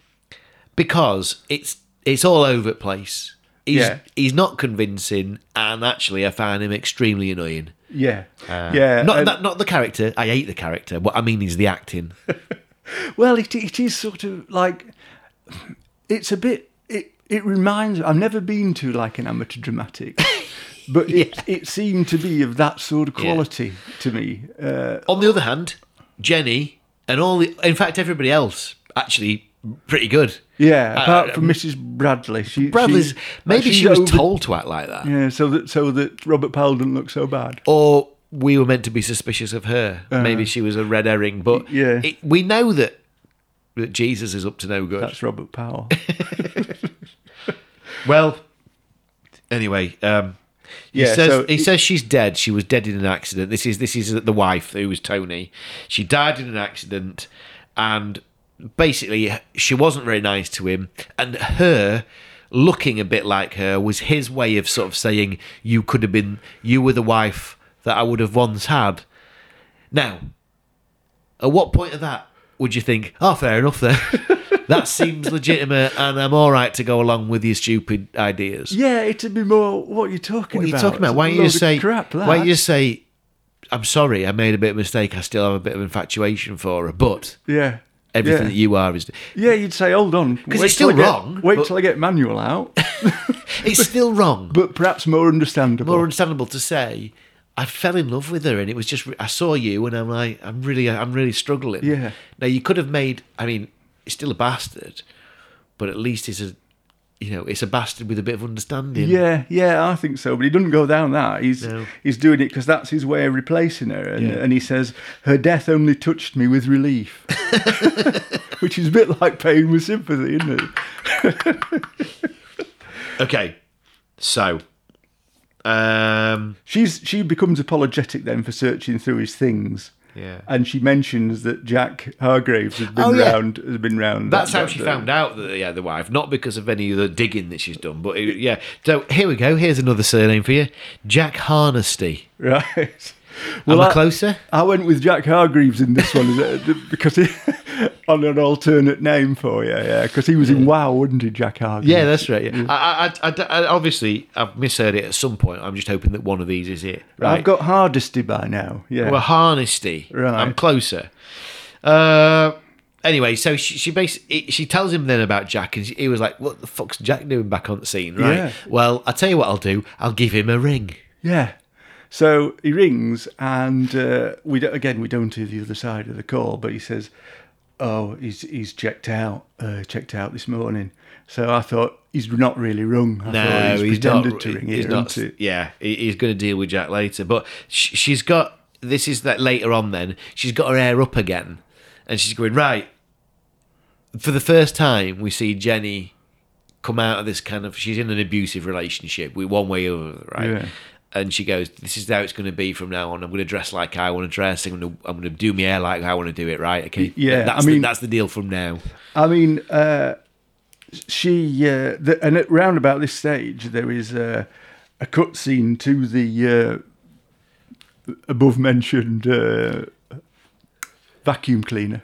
S2: because it's it's all over the place. He's,
S3: Yeah.
S2: he's not convincing, and actually, I find him extremely annoying.
S3: yeah. yeah.
S2: Uh, Not
S3: and-
S2: not, not the character. I hate the character. What I mean is the acting.
S3: Well, it, it is sort of like it's a bit. It it reminds. I've never been to like an amateur dramatic, but it it seemed to be of that sort of quality to me. Uh,
S2: On the other hand, Jenny and all the, in fact, everybody else actually pretty good.
S3: yeah,
S2: Uh,
S3: apart
S2: uh,
S3: from Mrs. Bradley, she
S2: Bradley's
S3: she-
S2: maybe
S3: she's
S2: she was
S3: over-
S2: told to act like that,
S3: Yeah, so that so that Robert Powell didn't look so bad.
S2: or we were meant to be suspicious of her. maybe she was a red herring, but
S3: Uh-huh. Yeah.
S2: it, we know that that Jesus is up to no good.
S3: That's Robert Powell.
S2: Well, anyway, um, he
S3: Yeah,
S2: says
S3: so
S2: he
S3: it-
S2: says she's dead. She was dead in an accident. This is this is the wife who was Tony. She died in an accident, and basically she wasn't very nice to him. And her looking a bit like her was his way of sort of saying you could have been you were the wife that I would have once had. Now, at what point of that would you think, oh, fair enough then? that seems legitimate and I'm all right to go along with your stupid ideas.
S3: yeah, it'd be more. What are you talking
S2: what are you
S3: about?
S2: talking about?
S3: It's a
S2: Why don't you
S3: load
S2: just
S3: of
S2: say,
S3: crap? That.
S2: why don't you just say, I'm sorry, I made a bit of a mistake. I still have a bit of infatuation for her, but
S3: yeah.
S2: everything
S3: yeah.
S2: that you are is.
S3: yeah, you'd say, hold on. Because
S2: it's still wrong,
S3: Wait
S2: but-
S3: till I get Manuel out.
S2: It's still wrong.
S3: but perhaps more understandable.
S2: More understandable to say, I fell in love with her and it was just, I saw you and I'm like, I'm really, I'm really struggling.
S3: Yeah.
S2: Now, you could have made, I mean, it's still a bastard, but at least it's a, you know, it's a bastard with a bit of understanding.
S3: yeah, yeah, I think so. But he doesn't go down that. He's
S2: No.
S3: he's doing it because that's his way of replacing her. And,
S2: Yeah.
S3: and he says her death only touched me with relief, which is a bit like pain with sympathy, isn't it?
S2: Okay. So, um,
S3: um, She's she becomes apologetic then for searching through his things.
S2: Yeah.
S3: And she mentions that Jack Hargraves has been
S2: Oh, yeah.
S3: round. Has been round.
S2: That's
S3: that
S2: how she
S3: doctor.
S2: found out that yeah, the wife, not because of any of the digging that she's done, but it- yeah. So here we go. Here's another surname for you, Jack Harnesty.
S3: Right.
S2: Am I
S3: I-
S2: closer?
S3: I went with Jack Hargreaves in this one is it? because he, on an alternate name for you, yeah, because he was in WoW, wasn't he, Jack Hargreaves?
S2: Yeah, that's right.
S3: Mm.
S2: Yeah. I, I, I, I- obviously, I've misheard it at some point. I'm just hoping that one of these is it. Right.
S3: I've got Hardesty by now. Yeah,
S2: Well, Harnesty.
S3: Right.
S2: I'm closer. Uh, anyway, so she, she basically she tells him then about Jack, and she, he was like, "What the fuck's Jack doing back on the scene?" Right.
S3: Yeah.
S2: Well, I will tell you what I'll do. I'll give him a ring.
S3: yeah. So he rings, and uh, we don't, again we don't hear the other side of the call, but he says, "Oh, he's he's checked out, uh, checked out this morning." So I thought he's not really rung. I thought he's, pretended to ring
S2: he's
S3: here,
S2: not-
S3: hasn't he?
S2: Yeah, he- he's going to deal with Jack later. But sh- she's got this is that later on. Then she's got her hair up again, and she's going right. For the first time, we see Jenny come out of this kind of. She's in an abusive relationship, with one way or another, right?
S3: Yeah.
S2: And she goes, "This is how it's going to be from now on. I'm going to dress like I want to dress. I'm going to I'm going to do my hair like I want to do it. Right? Okay.
S3: yeah,
S2: That's
S3: I
S2: the,
S3: mean-
S2: that's the deal from now.
S3: I mean, uh, she uh, the, and at round about this stage there is uh, a cutscene to the uh, above mentioned uh, vacuum cleaner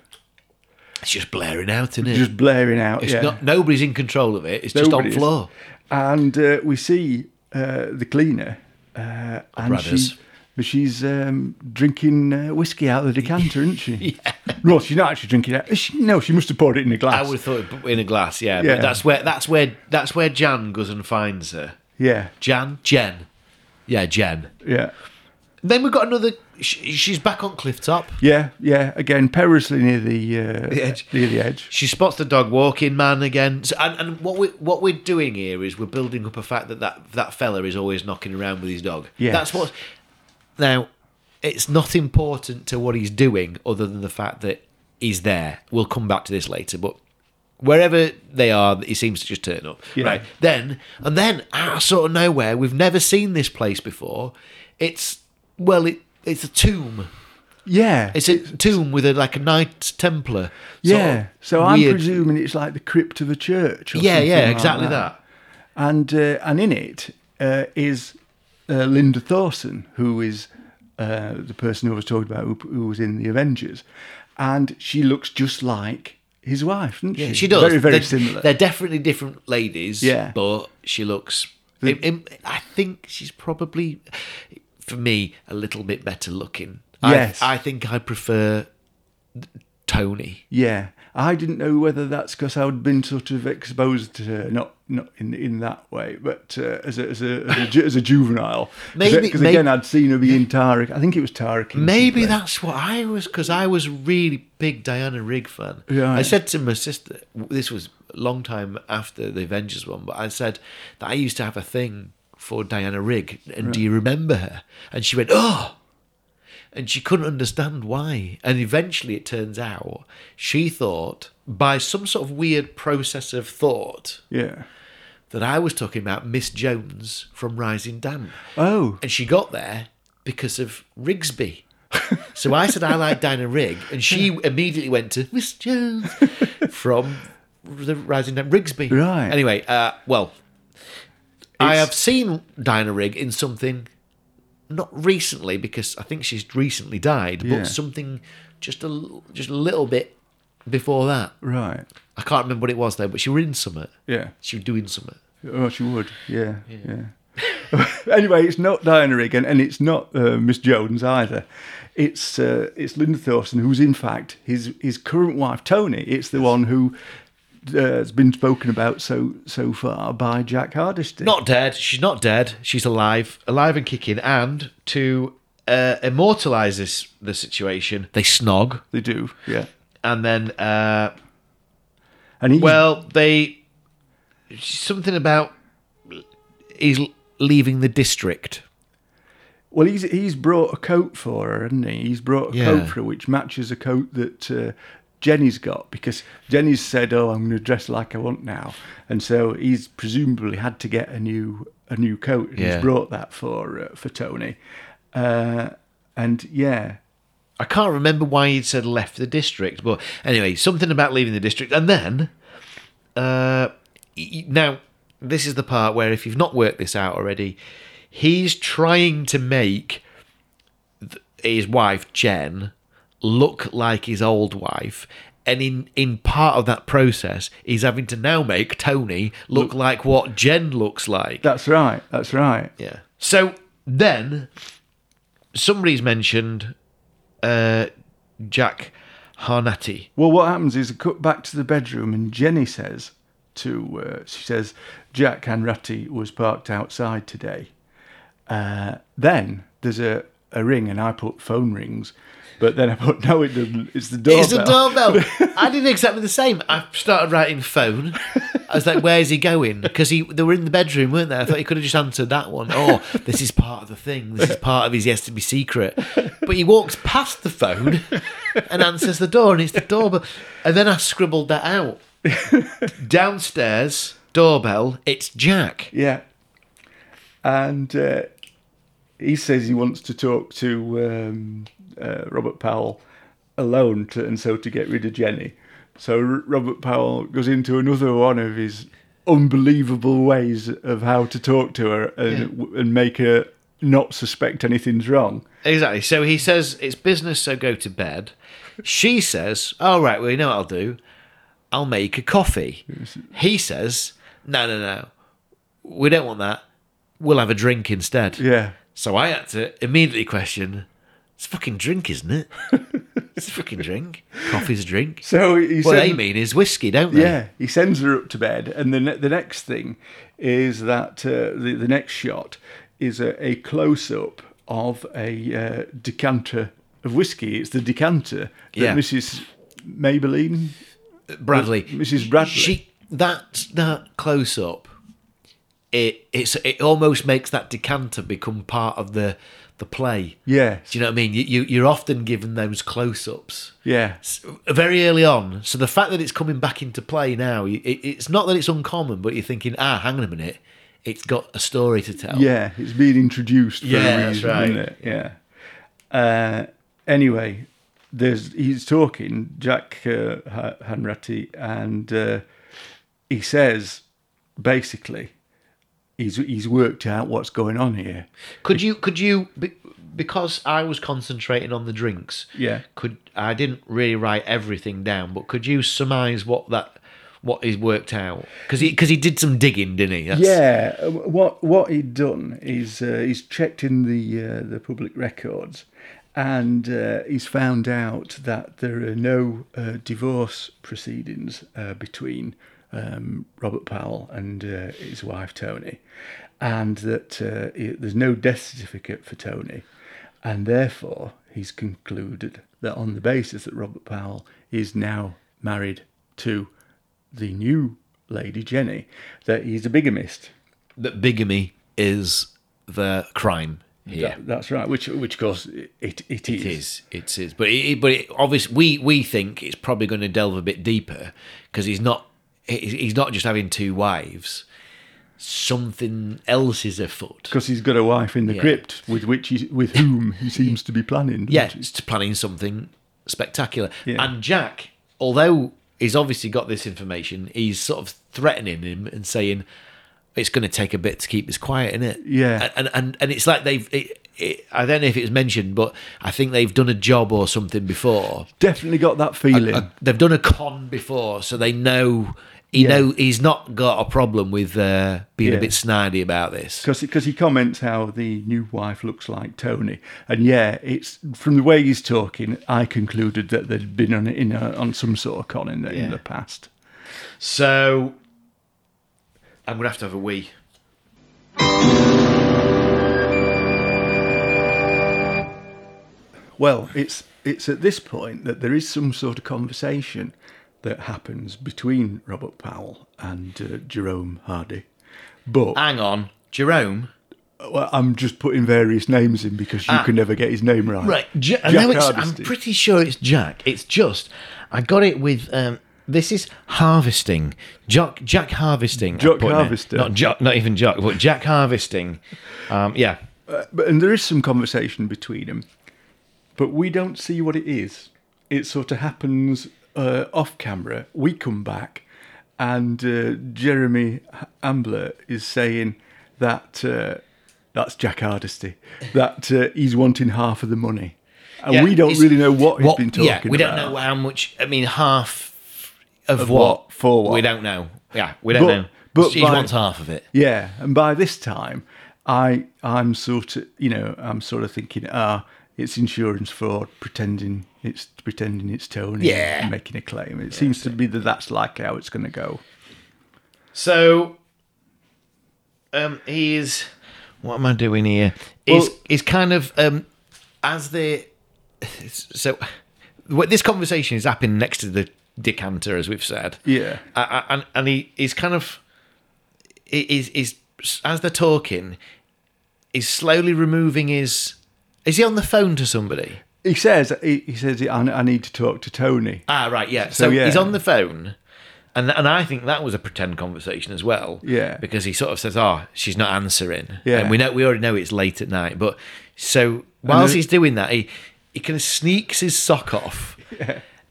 S2: It's just blaring out, isn't it?
S3: just blaring out,
S2: It's
S3: yeah.
S2: not, nobody's in control of it. It's
S3: Nobody
S2: just
S3: is.
S2: on floor.
S3: and uh, we see uh, the cleaner, uh, and
S2: Brothers.
S3: she, but she's um, drinking uh, whiskey out of the decanter, isn't she? No, she's not actually drinking it. She, no, she must have poured it in a glass.
S2: I would have thought in a glass, yeah.
S3: Yeah.
S2: But that's where that's where that's where Jan goes and finds her.
S3: Yeah,
S2: Jan, Jen, yeah, Jen.
S3: yeah.
S2: Then we've got another. sh she's back on Clifftop.
S3: Yeah, yeah. Again, perilously near the, uh,
S2: The edge.
S3: Near the edge.
S2: She spots the dog walking man again. So, and and what we what we're doing here is we're building up a fact that that, that fella is always knocking around with his dog.
S3: Yes.
S2: That's what. Now, it's not important to what he's doing, other than the fact that he's there. We'll come back to this later, but wherever they are, he seems to just turn up.
S3: Yeah.
S2: Right then, and then out of sort of nowhere, we've never seen this place before. It's well, it it's a tomb.
S3: Yeah.
S2: It's a tomb with a like a Knights Templar. sort of
S3: yeah. So I'm
S2: weird-
S3: presuming it's like the crypt of a church. Or
S2: Yeah,
S3: something
S2: yeah,
S3: like
S2: exactly that.
S3: And uh, and in it uh, is uh, Linda Thorson, who is uh, the person who I was talking about, who, who was in the Avengers, and she looks just like his wife, doesn't she?
S2: She does.
S3: Very, very
S2: they're,
S3: similar.
S2: They're definitely different ladies.
S3: Yeah.
S2: But she looks. im- im- I think she's probably, for me, a little bit better looking.
S3: Yes.
S2: I, I think I prefer Tony.
S3: Yeah, I didn't know whether that's because I'd been sort of exposed to her, not not in in that way, but uh, as a as a as a, ju- as a juvenile.
S2: Maybe-
S3: because
S2: may-
S3: again, I'd seen her be in Tariq. I think it was Tariq. in
S2: Maybe
S3: something.
S2: that's what I was because I was really big Diana Rigg fan.
S3: Right.
S2: I said to my sister, this was a long time after the Avengers one, but I said that I used to have a thing for Diana Rigg, and do you remember her? And she went, oh. And she couldn't understand why. And eventually, it turns out she thought, by some sort of weird process of thought,
S3: yeah.
S2: that I was talking about Miss Jones from Rising Damp.
S3: Oh,
S2: And she got there because of Rigsby. so I said I like Dinah Rigg, and she immediately went to Miss Jones from the Rising Down Rigsby.
S3: Right.
S2: Anyway, uh, well, I have seen Dinah Rigg in something not recently because I think she's recently died,
S3: Yeah.
S2: but something just a l- just a little bit before that.
S3: right.
S2: I can't remember what it was though, but she was in summer.
S3: Yeah.
S2: She was doing summer.
S3: Oh, she would. Yeah. Yeah. anyway, it's not Diana Riggan, and it's not uh, Miss Jones either. It's uh, it's Linda Thorson, who's in fact his his current wife, Tony. It's the one who uh, has been spoken about so so far by Jack Hardesty.
S2: Not dead. She's not dead. She's alive, alive and kicking. And to uh, immortalize this the situation, they snog,
S3: they do. Yeah.
S2: and then uh,
S3: And he's,
S2: well, they something about he's leaving the district.
S3: well, he's he's brought a coat for her, hasn't he? He's brought a
S2: Yeah.
S3: coat for her, which matches a coat that uh, Jenny's got because Jenny's said, "Oh, I'm going to dress like I want now," and so he's presumably had to get a new a new coat, and
S2: Yeah.
S3: he's brought that for uh, for Tony, uh, and yeah,
S2: I can't remember why he'd said left the district, but anyway, something about leaving the district. And then, uh, y- y- now, this is the part where if you've not worked this out already, he's trying to make th- his wife, Jen, look like his old wife. And in, in part of that process, he's having to now make Tony look like what Jen looks like.
S3: That's right. That's right.
S2: Yeah. So then somebody's mentioned uh, Jack Harnatti.
S3: Well, what happens is they cut back to the bedroom, and Jenny says to uh, she says Jack Canratti was parked outside today. Uh, then there's a, a ring, and I put phone rings, but then I put no, it doesn't. It's the doorbell.
S2: It's the doorbell. I did exactly the same. I started writing phone. I was like, "Where's he going?" Because he they were in the bedroom, weren't they? I thought he could have just answered that one. Oh, this is part of the thing. This is part of his yes to be secret. But he walks past the phone and answers the door, and it's the doorbell. And then I scribbled that out. Downstairs, doorbell. It's Jack.
S3: Yeah, and uh, he says he wants to talk to um, uh, Robert Powell alone, to, and so to get rid of Jenny. So R- Robert Powell goes into another one of his unbelievable ways of how to talk to her and and make her not suspect anything's wrong.
S2: Exactly. So he says it's business, so go to bed. She says, "All right, well, you know what I'll do? I'll make a coffee." He says, "No, no, no, we don't want that. We'll have a drink instead."
S3: Yeah,
S2: So I had to immediately question: "It's a fucking drink, isn't it? it's a fucking drink. Coffee's a drink.
S3: So he
S2: what
S3: sends,
S2: they mean is whiskey, don't they?"
S3: yeah, he sends her up to bed, and the ne- the next thing is that uh, the the next shot is a, a close up of a uh, decanter of whiskey. It's the decanter that
S2: Yeah.
S3: Mrs. Maybelline,
S2: Bradley,
S3: Mrs. Bradley.
S2: She that that close up, it it's it almost makes that decanter become part of the the play.
S3: yeah,
S2: Do you know what I mean? You, you you're often given those close ups
S3: yeah,
S2: very early on. So the fact that it's coming back into play now, you- it, it's not that it's uncommon, but you're thinking, ah, hang on a minute, it's got a story to tell.
S3: yeah, it's been introduced for
S2: Yeah,
S3: a
S2: that's
S3: reason,
S2: right.
S3: isn't it? Yeah. Uh, anyway, there's he's talking Jack uh, Ha- Hanratty, and uh, he says basically he's he's worked out what's going on here.
S2: Could you could you be- because I was concentrating on the drinks.
S3: Yeah.
S2: Could I didn't really write everything down, but could you surmise what that what is worked out? Because he because he did some digging, didn't he? That's,
S3: Yeah, uh, what what he'd done is uh, he's checked in the uh, the public records, and uh, he's found out that there are no uh, divorce proceedings uh, between um, Robert Powell and uh, his wife Tony, and that uh, he- there's no death certificate for Tony, and therefore he's concluded that on the basis that Robert Powell is now married to the new lady Jenny that he's a bigamist.
S2: That bigamy is the crime here.
S3: That- that's right. Which, which of course, it it is.
S2: It is. It is. But it, but it, obviously, we we think it's probably going to delve a bit deeper because he's not he- he's not just having two wives. Something else is afoot.
S3: because he's got a wife in the
S2: Yeah.
S3: crypt with which he, with whom he seems to be planning. doesn't
S2: Yeah,
S3: he?
S2: it's planning something spectacular.
S3: Yeah.
S2: And Jack, although he's obviously got this information, he's sort of threatening him and saying, "It's going to take a bit to keep this quiet, isn't it?"
S3: Yeah.
S2: And and and, and it's like they've. It, it, I don't know if it was mentioned, but I think they've done a job or something before.
S3: definitely got that feeling.
S2: a- they've done a con before, so they know he
S3: Yeah.
S2: know he's not got a problem with uh, being
S3: Yeah.
S2: a bit snidey about this.
S3: because because he comments how the new wife looks like Tony, and yeah, it's from the way he's talking. I concluded that they'd been on in a, on some sort of con in the, in
S2: Yeah.
S3: the past.
S2: So I'm gonna have to have a wee.
S3: Well, it's it's at this point that there is some sort of conversation that happens between Robert Powell and uh, Jerome Hardy. But
S2: Hang on, Jerome.
S3: well, I'm just putting various names in because you can never get his name right.
S2: Ah. Right, J-
S3: Jack
S2: now it's, I'm
S3: Hardesty.
S2: pretty sure it's Jack. It's just I got it with. Um, this is harvesting. Jack Jack harvesting. I
S3: Jack
S2: put in it.
S3: Harvester.
S2: Not Jack. Not even Jack. But Jack harvesting. Um, yeah.
S3: Uh, But, and there is some conversation between them. but we don't see what it is. It sort of happens uh, off camera. We come back, and uh, Jeremy Ambler is saying that uh, that's Jack Hardesty, that uh, he's wanting half of the money. And
S2: Yeah,
S3: we don't
S2: it's-
S3: really know what he's been talking
S2: yeah, we don't
S3: about.
S2: know how much. I mean, half of,
S3: what?
S2: what,
S3: For what?
S2: We don't know. Yeah, we don't
S3: But-
S2: know.
S3: but
S2: she
S3: by-
S2: wants half of it.
S3: Yeah, and by this time, I I'm sort of you know I'm sort of thinking ah it's insurance fraud pretending it's pretending it's Tony
S2: Yeah.
S3: and making a claim. It seems to be that that's like how it's going to go.
S2: So, um, he's what am I doing here? Is
S4: Well-
S2: is kind of um, as they so what this conversation is happening next to the decanter, as we've said.
S3: Yeah.
S2: I, I, and and he is kind of is is as they're talking, is slowly removing his. Is he on the phone to somebody?
S3: He says he, he says I, I need to talk to Tony.
S2: Ah, right, yeah. So,
S3: yeah.
S2: he's on the phone, and and I think that was a pretend conversation as well.
S3: Yeah.
S2: because he sort of says, "Oh, she's not answering."
S3: Yeah.
S2: and we know we already know it's late at night, but so whilst
S3: the-
S2: he's doing that, he he kind of sneaks his sock off,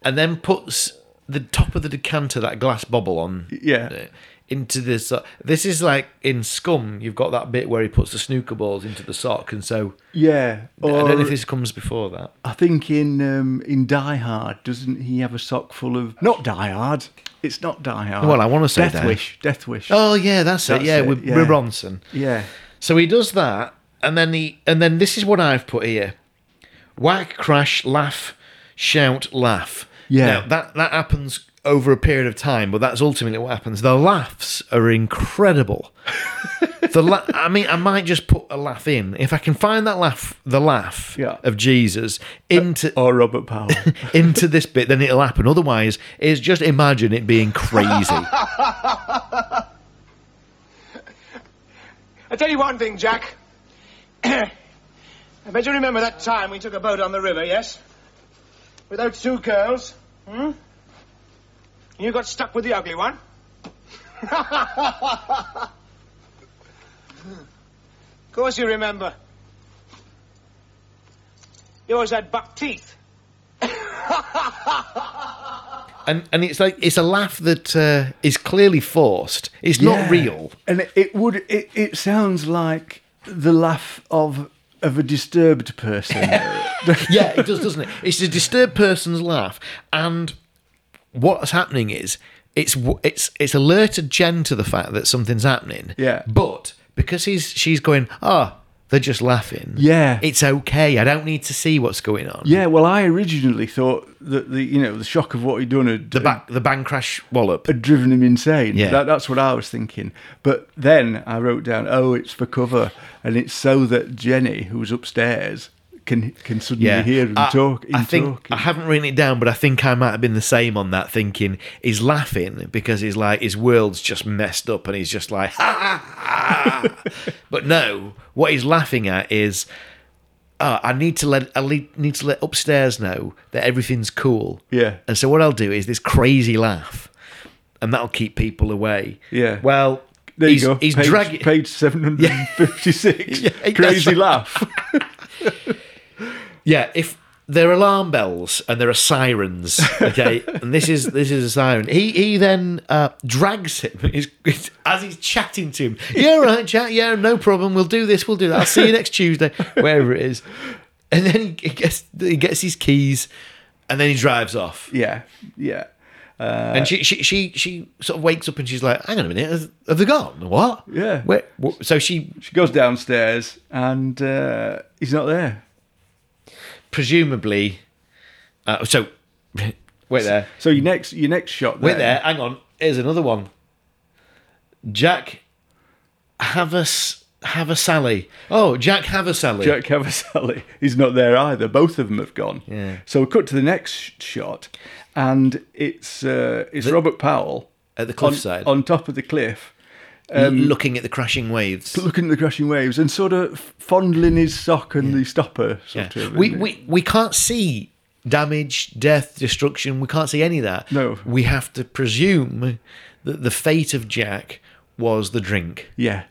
S2: and then puts the top of the decanter that glass bobble on.
S3: Yeah.
S2: uh, Into the sock. This is like in Scum. You've got that bit where he puts the snooker balls into the sock, and so
S3: Yeah, or
S2: I
S3: I,
S2: don't know if this comes before that.
S3: think in um, in Die Hard doesn't he have a sock full of not Die Hard? It's not Die Hard.
S2: Well, I wanna say
S3: Death
S2: Die-
S3: Wish. Death Wish.
S2: Oh yeah, that's,
S3: That's
S2: it. Yeah,
S3: it,
S2: with
S3: yeah.
S2: with Ronson.
S3: yeah,
S2: So he does that, and then he, and then this is what I've put here: whack, crash, laugh, shout, laugh.
S3: Yeah.
S2: Now, that that happens over a period of time, but that's ultimately what happens. The laughs are incredible. the la- I mean, I might just put a laugh in if I can find that laugh, the laugh
S3: Yeah. Uh,
S2: of Jesus into
S3: or Robert Powell.
S2: into this bit, then it'll happen. Otherwise, it's just imagine it being crazy.
S5: I tell you one thing, Jack. I bet you remember that time we took a boat on the river, yes? With those two girls, hmm? You got stuck with the ugly one. of course you remember. Yours had buck teeth.
S2: and and it's like it's a laugh that uh, is clearly forced. It's
S3: Yeah.
S2: not real.
S3: And it would it, it sounds like the laugh of of a disturbed person.
S2: Yeah, it does, doesn't it? It's a disturbed person's laugh, and what's happening is it's w- it's it's alerted Jen to the fact that something's happening.
S3: Yeah.
S2: but because he's she's going, oh, they're just laughing.
S3: Yeah.
S2: it's okay. I don't need to see what's going on.
S3: yeah, well I originally thought that the you know, the shock of what he'd done had
S2: the back the bang crash wallop.
S3: had driven him insane.
S2: Yeah.
S3: That, that's what I was thinking. But then I wrote down, oh, it's for cover and it's so that Jenny, who's upstairs, can can suddenly hear him
S2: I,
S3: talk him
S2: I think
S3: talking.
S2: I haven't written it down, but I think I might have been the same on that. Thinking he's laughing because he's like his world's just messed up, and he's just like, ha, ha, ha. but no, what he's laughing at is, oh, I need to let I le- need to let upstairs know that everything's cool.
S3: Yeah.
S2: and so what I'll do is this crazy laugh, and that'll keep people away.
S3: Yeah.
S2: Well,
S3: there
S2: he's,
S3: you go.
S2: He's
S3: page,
S2: dragging.
S3: page seven hundred and fifty six.
S2: Yeah, that's
S3: Crazy
S2: right.
S3: laugh.
S2: Yeah, if there are alarm bells and there are sirens, okay, and this is this is a siren. He he then uh, drags him he's, as he's chatting to him. Yeah, all right, chat. Yeah, no problem. We'll do this. We'll do that. I'll see you next Tuesday, wherever it is. And then he gets he gets his keys, and then he drives off.
S3: Yeah. Yeah.
S2: and she, she she she sort of wakes up and she's like, "Hang on a minute, have- have they gone? What?
S3: Yeah.
S2: Where, wh- so she
S3: She goes downstairs and uh, he's not there.
S2: presumably, uh, so wait there.
S3: So your next your next shot.
S2: Wait
S3: then-
S2: there, hang on. Here's another one. Jack have a s- have a Sally. Oh, Jack have a Sally.
S3: Jack Cavaselli is not there either. Both of them have gone.
S2: Yeah.
S3: So we cut to the next sh- shot, and it's uh, it's Robert Powell
S2: At the
S3: on,
S2: cliffside,
S3: on top of the cliff,
S2: um, looking at the crashing waves.
S3: looking at the crashing waves and sort of fondling his sock and the stopper.
S2: Yeah.
S3: Sort of.
S2: We,
S3: isn't it?
S2: we we can't see damage, death, destruction. We can't see any of that.
S3: No.
S2: We have to presume that the fate of Jack was the drink.
S3: yeah.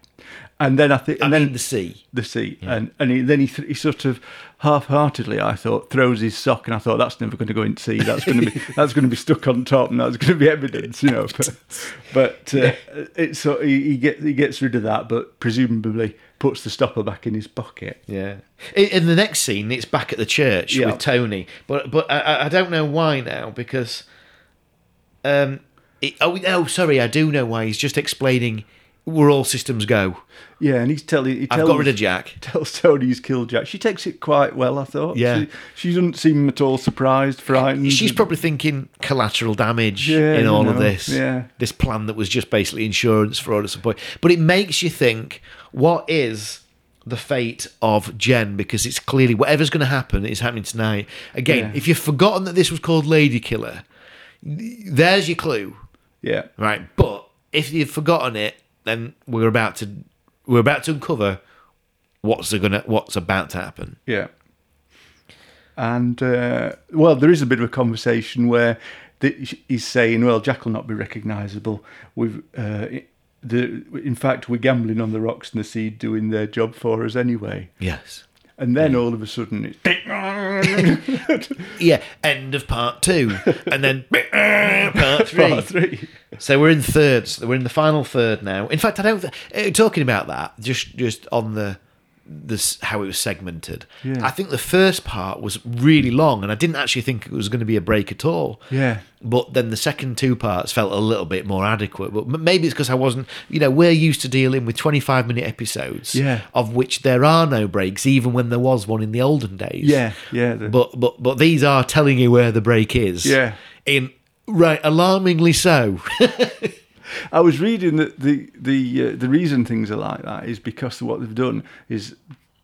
S3: And then I think, and
S2: I
S3: then
S2: mean the sea.
S3: the sea, and and he, then he, th- he sort of half-heartedly, I thought, throws his sock, and I thought that's never going to go in the sea. That's going to be that's going to be stuck on top, and that's going to be evidence, you know. But, but uh, it's so he, he gets he gets rid of that, but presumably puts the stopper back in his pocket.
S2: Yeah. In, in the next scene, it's back at the church
S3: Yeah.
S2: with Tony, but but I- I, I don't know why now because, um, it, oh oh sorry, I do know why. He's just explaining. We're all systems go.
S3: Yeah, and he's telling he tells,
S2: I've got rid of Jack.
S3: tells Tony he's killed Jack. She takes it quite well, I thought.
S2: Yeah.
S3: she, she doesn't seem at all surprised, frightened.
S2: She's probably thinking collateral damage
S3: Yeah,
S2: in
S3: you
S2: all of
S3: know,
S2: this.
S3: yeah.
S2: This plan that was just basically insurance fraud at some point. But it makes you think what is the fate of Jen? Because it's clearly whatever's going to happen is happening tonight. Again,
S3: Yeah.
S2: if you've forgotten that this was called Lady Killer, there's your clue,
S3: yeah,
S2: right? But if you've forgotten it, then we're about to we're about to uncover what's gonna what's about to happen.
S3: Yeah. And uh, well, there is a bit of a conversation where the, he's saying, "Well, Jack will not be recognisable. We've, uh, i- the, in fact, we're gambling on the rocks and the seed doing their job for us anyway."
S2: Yes.
S3: And then all of a sudden, it's
S2: Yeah, end of part two, and then part three.
S3: part three.
S2: So we're in thirds. We're in the final third now. In fact, I don't. Th- uh, talking about that, just just on the this how it was segmented.
S3: Yeah.
S2: I think the first part was really long, and I didn't actually think it was going to be a break at all.
S3: Yeah.
S2: But then the second two parts felt a little bit more adequate. But m- maybe it's because I wasn't. You know, we're used to dealing with twenty-five minute episodes.
S3: Yeah.
S2: Of which there are no breaks, even when there was one in the olden days.
S3: Yeah, yeah, the-
S2: But but but these are telling you where the break is.
S3: Yeah.
S2: In right, alarmingly so.
S3: I was reading that the the uh, the reason things are like that is because what they've done is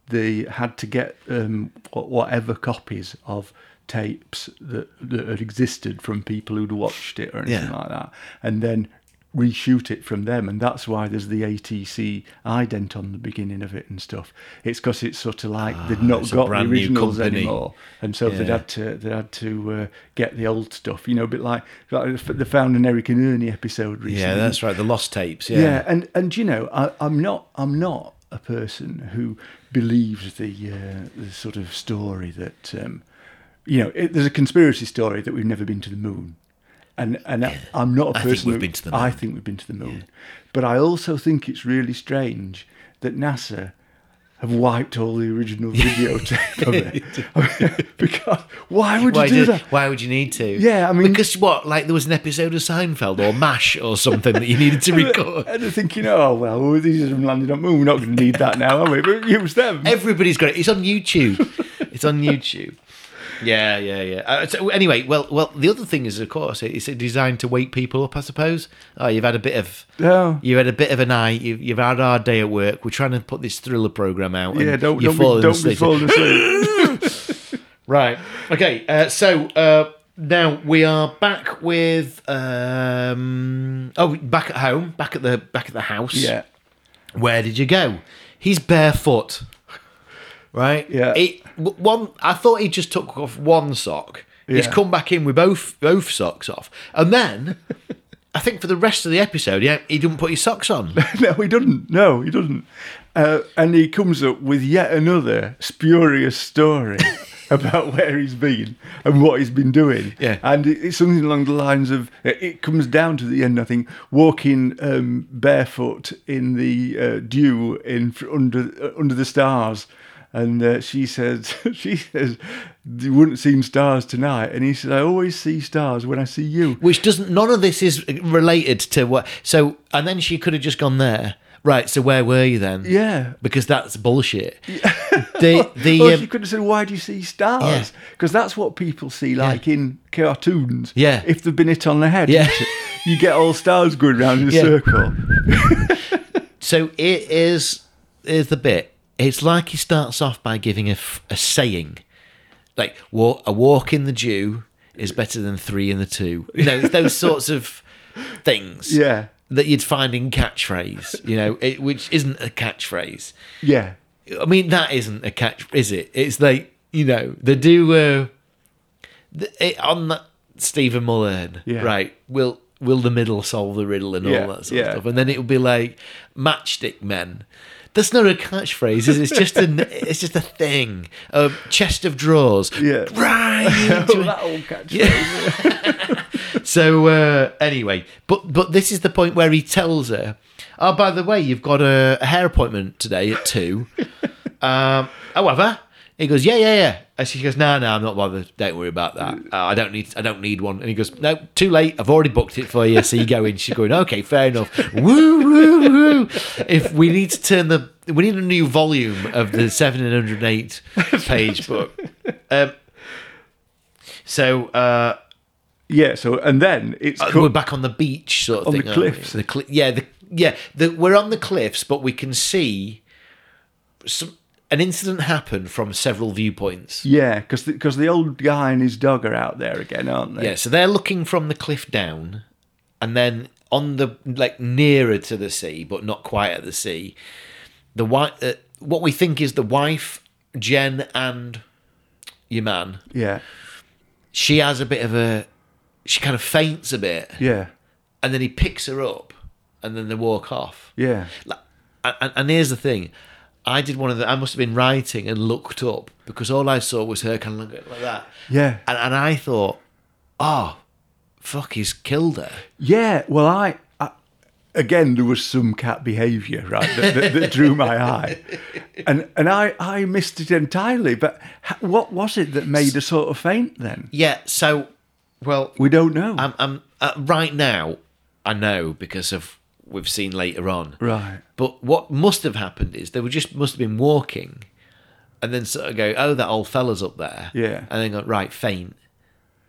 S3: they had to get um, wh- whatever copies of tapes that that had existed from people who'd watched it or anything
S2: Yeah.
S3: like that, and then reshoot it from them and that's why there's the ATC ident on the beginning of it and stuff it's because it's sort of like they'd not
S2: Ah, it's a
S3: got the
S2: brand new
S3: originals
S2: company.
S3: anymore and so they'd
S2: Yeah.
S3: had to they had to uh, get the old stuff you know a bit like, like they found an Eric and Ernie episode recently
S2: Yeah, that's right. The lost tapes. Yeah.
S3: yeah. and and you know, I, I'm not I'm not a person who believes the uh, the sort of story that um, you know. It, there's a conspiracy story that we've never been to the moon, and and I, I'm not a
S2: I
S3: person.
S2: think we've
S3: who-
S2: been to the moon.
S3: I think we've been to the moon, but I also think it's really strange that NASA. Have wiped all the original videotape of it because why would you
S2: Why,
S3: do
S2: did,
S3: that?
S2: why would you need to?
S3: Yeah, I mean-
S2: because what? Like there was an episode of Seinfeld or Mash or something that you needed to record.
S3: And they're thinking, oh well, these are from landing on the moon. We're not going to need that now, are we? But use them.
S2: Everybody's got it. It's on YouTube. It's on YouTube. Yeah, yeah, yeah. Uh, so anyway, well, well, the other thing is, of course, it's designed to wake people up. I suppose. Oh, you've had a bit of.
S3: Oh.
S2: You had a bit of a night. You've, you've had a hard day at work. We're trying to put this thriller program out. and
S3: Yeah, don't
S2: you're
S3: don't,
S2: falling
S3: be, don't be
S2: asleep.
S3: falling asleep.
S2: Right. Okay. Uh, so uh, now we are back with um, oh, back at home, back at the back at the house.
S3: yeah,
S2: Where did you go? He's barefoot. Right.
S3: Yeah.
S2: He, w- one. I thought he just took off one sock. He's
S3: Yeah.
S2: come back in with both both socks off, and then. I think for the rest of the episode, yeah, he didn't put his socks on.
S3: no, he doesn't. No, he doesn't. Uh, and he comes up with yet another spurious story about where he's been and what he's been doing.
S2: Yeah.
S3: and it, it's something along the lines of it it comes down to the end. I think walking um, barefoot in the uh, dew in fr- under uh, under the stars. And uh, she says, she says, you wouldn't seen stars tonight. And he said, I always see stars when I see you.
S2: which doesn't none of this is related to what so and then she could have just gone there right so where were you then
S3: Yeah.
S2: because that's bullshit the the
S3: Well,
S2: um,
S3: she could have said, "Why do you see stars?"
S2: Yeah.
S3: Because that's what people see, like in cartoons.
S2: Yeah.
S3: If they've been hit on the head.
S2: Yeah.
S3: isn't it? You get all stars going round in a
S2: Yeah.
S3: circle.
S2: so it is is the bit it's like he starts off by giving a, f- a saying like wa- a walk in the dew is better than three in the two you know it's those sorts of things
S3: Yeah.
S2: that you'd find in catchphrase you know it, which isn't a catchphrase
S3: Yeah.
S2: I mean, that isn't a catch, is it? It's like you know they do uh, the, it, on that Stephen Mullen,
S3: Yeah.
S2: right? Will Will the middle solve the riddle and
S3: Yeah,
S2: all that sort
S3: yeah.
S2: of stuff? And then it would be like Matchstick Men. That's not a catchphrase. is it? It's just an. It's just a thing. A chest of drawers.
S3: Yeah.
S2: Right. into
S3: Oh,
S2: a-
S3: that old catchphrase.
S2: so uh, anyway, but but this is the point where he tells her, "Oh, by the way, you've got a, a hair appointment today at two. um, however, he goes, "Yeah, yeah, yeah," and she goes, "No, no, I'm not bothered. Don't worry about that. Uh, I don't need I don't need one." And he goes, "No, too late. I've already booked it for you. So you go in." She's going, "Okay, fair enough. Woo, woo, woo. If we need to turn the we need a new volume of the 708 page book." Um, so. Uh,
S3: Yeah, so and then it's
S2: uh,
S3: cut-
S2: we're back on the beach sort of
S3: On
S2: thing.
S3: the
S2: aren't we?
S3: cliffs.
S2: The cli- yeah, the, yeah. The, we're on the cliffs, but we can see some, an incident happen from several viewpoints.
S3: yeah, because the, 'cause the old guy and his dog are out there again, aren't they?
S2: Yeah, so they're looking from the cliff down, and then on the like nearer to the sea, but not quite at the sea. The wife, uh, what we think is the wife, Jen and your man.
S3: yeah,
S2: She has a bit of a, she kind of faints a bit,
S3: yeah,
S2: and then he picks her up, and then they walk off.
S3: yeah.
S2: Like, and, and here's the thing. I did one of the. I must have been writing and looked up because all I saw was her kind of like like that.
S3: Yeah.
S2: And, and I thought, oh, fuck, he's killed her.
S3: Yeah, well, I, I again there was some cat behaviour right that, that, that drew my eye, and and I I missed it entirely. But h- what was it that made a sort of faint then?
S2: Yeah. So, well,
S3: We don't know.
S2: I'm, I'm uh, right now. I know because of we've seen later on.
S3: right.
S2: But what must have happened is they were just must have been walking, and then sort of go, oh, that old fella's up there.
S3: Yeah.
S2: And then go right faint,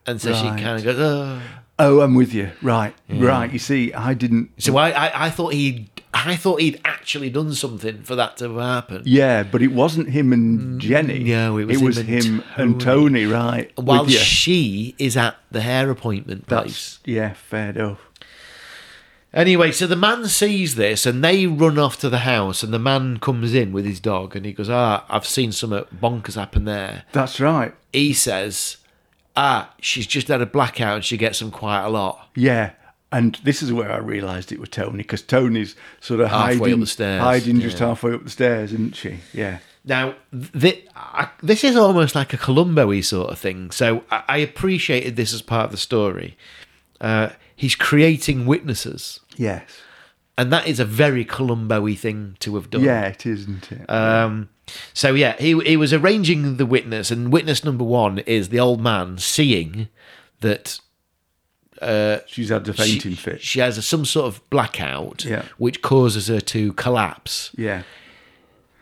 S2: and so
S3: Right.
S2: she kind of goes, oh.
S3: Oh, I'm with you. Right. Right. You see, I didn't.
S2: So I, I, I thought he'd I thought he'd actually done something for that to happen.
S3: Yeah, but it wasn't him and Jenny.
S2: Mm, no, it was
S3: it
S2: him
S3: was
S2: and
S3: him
S2: Tony.
S3: and Tony. Right.
S2: While
S3: with you.
S2: she is at the hair appointment place.
S3: That's yeah, fair enough.
S2: Anyway, so the man sees this and they run off to the house and the man comes in with his dog and he goes, Ah, I've seen some bonkers happen there.
S3: That's right.
S2: He says, Ah, she's just had a blackout and she gets them quite a lot.
S3: Yeah. And this is where I realised it was Tony because Tony's sort of
S2: Halfway up
S3: hiding,
S2: the stairs,
S3: hiding just
S2: yeah.
S3: halfway up the stairs, isn't she? Yeah.
S2: Now, th- I, this is almost like a Columbo-y sort of thing. So I, I appreciated this as part of the story. Uh, he's creating witnesses,
S3: Yes.
S2: and that is a very Columbo-y thing to have done.
S3: Yeah, it is, isn't it?
S2: Um, so yeah, he he was arranging the witness, and witness number one is the old man seeing that
S3: She's had a
S2: she,
S3: fainting fit.
S2: she has some sort of blackout,
S3: Yeah.
S2: which causes her to collapse.
S3: yeah.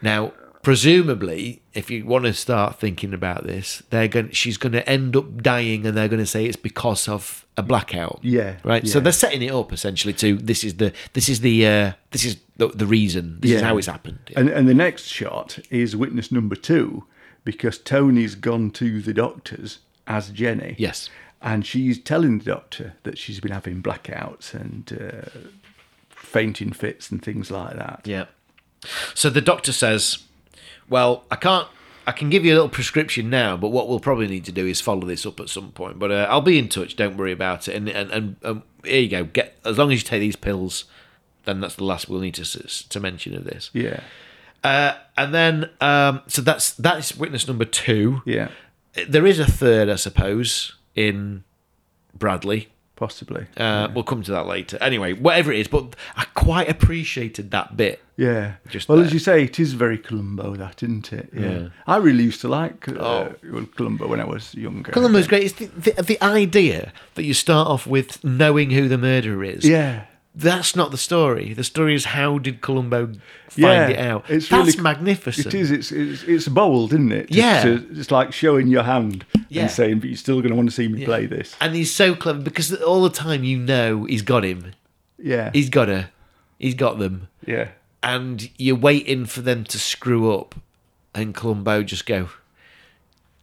S2: Now, presumably, if you want to start thinking about this, they're going. She's going to end up dying, and they're going to say it's because of a blackout.
S3: Yeah,
S2: Right. So
S3: yeah.
S2: they're setting it up essentially to this is the this is the uh, this is the, the reason. This is
S3: Yeah.
S2: how it's happened. Yeah.
S3: And and the next shot is witness number two because Tony's gone to the doctors as Jenny.
S2: Yes.
S3: And she's telling the doctor that she's been having blackouts and uh, fainting fits and things like that.
S2: Yeah. So the doctor says, "Well, I can't. I can give you a little prescription now, but what we'll probably need to do is follow this up at some point. But uh, I'll be in touch. Don't worry about it. And and, and um, here you go. Get as long as you take these pills, then that's the last we'll need to s- to mention of this.
S3: Yeah.
S2: Uh, and then um, so that's that's witness number two.
S3: Yeah.
S2: There is a third, I suppose, in Bradley.
S3: Possibly.
S2: Uh, We'll come to that later. Anyway, whatever it is, but I quite appreciated that bit.
S3: Yeah.
S2: Just
S3: well,
S2: there.
S3: as you say, it is very Columbo, that, isn't it? Yeah. I really used to like uh,
S2: Oh.
S3: well, Columbo when I was younger.
S2: Columbo's great. It's the, the, the idea that you start off with knowing who the murderer is.
S3: Yeah.
S2: That's not the story. The story is how did Columbo find
S3: yeah,
S2: it out?
S3: It's
S2: That's
S3: really,
S2: magnificent.
S3: It is. It's it's, it's bold, isn't it? Just
S2: Yeah.
S3: to- it's like showing your hand
S2: Yeah.
S3: and saying, "But you're still going to want to see me play this."
S2: And he's so clever because all the time you know he's got him.
S3: Yeah.
S2: He's got her. He's got them.
S3: yeah.
S2: And you're waiting for them to screw up. And Columbo just go,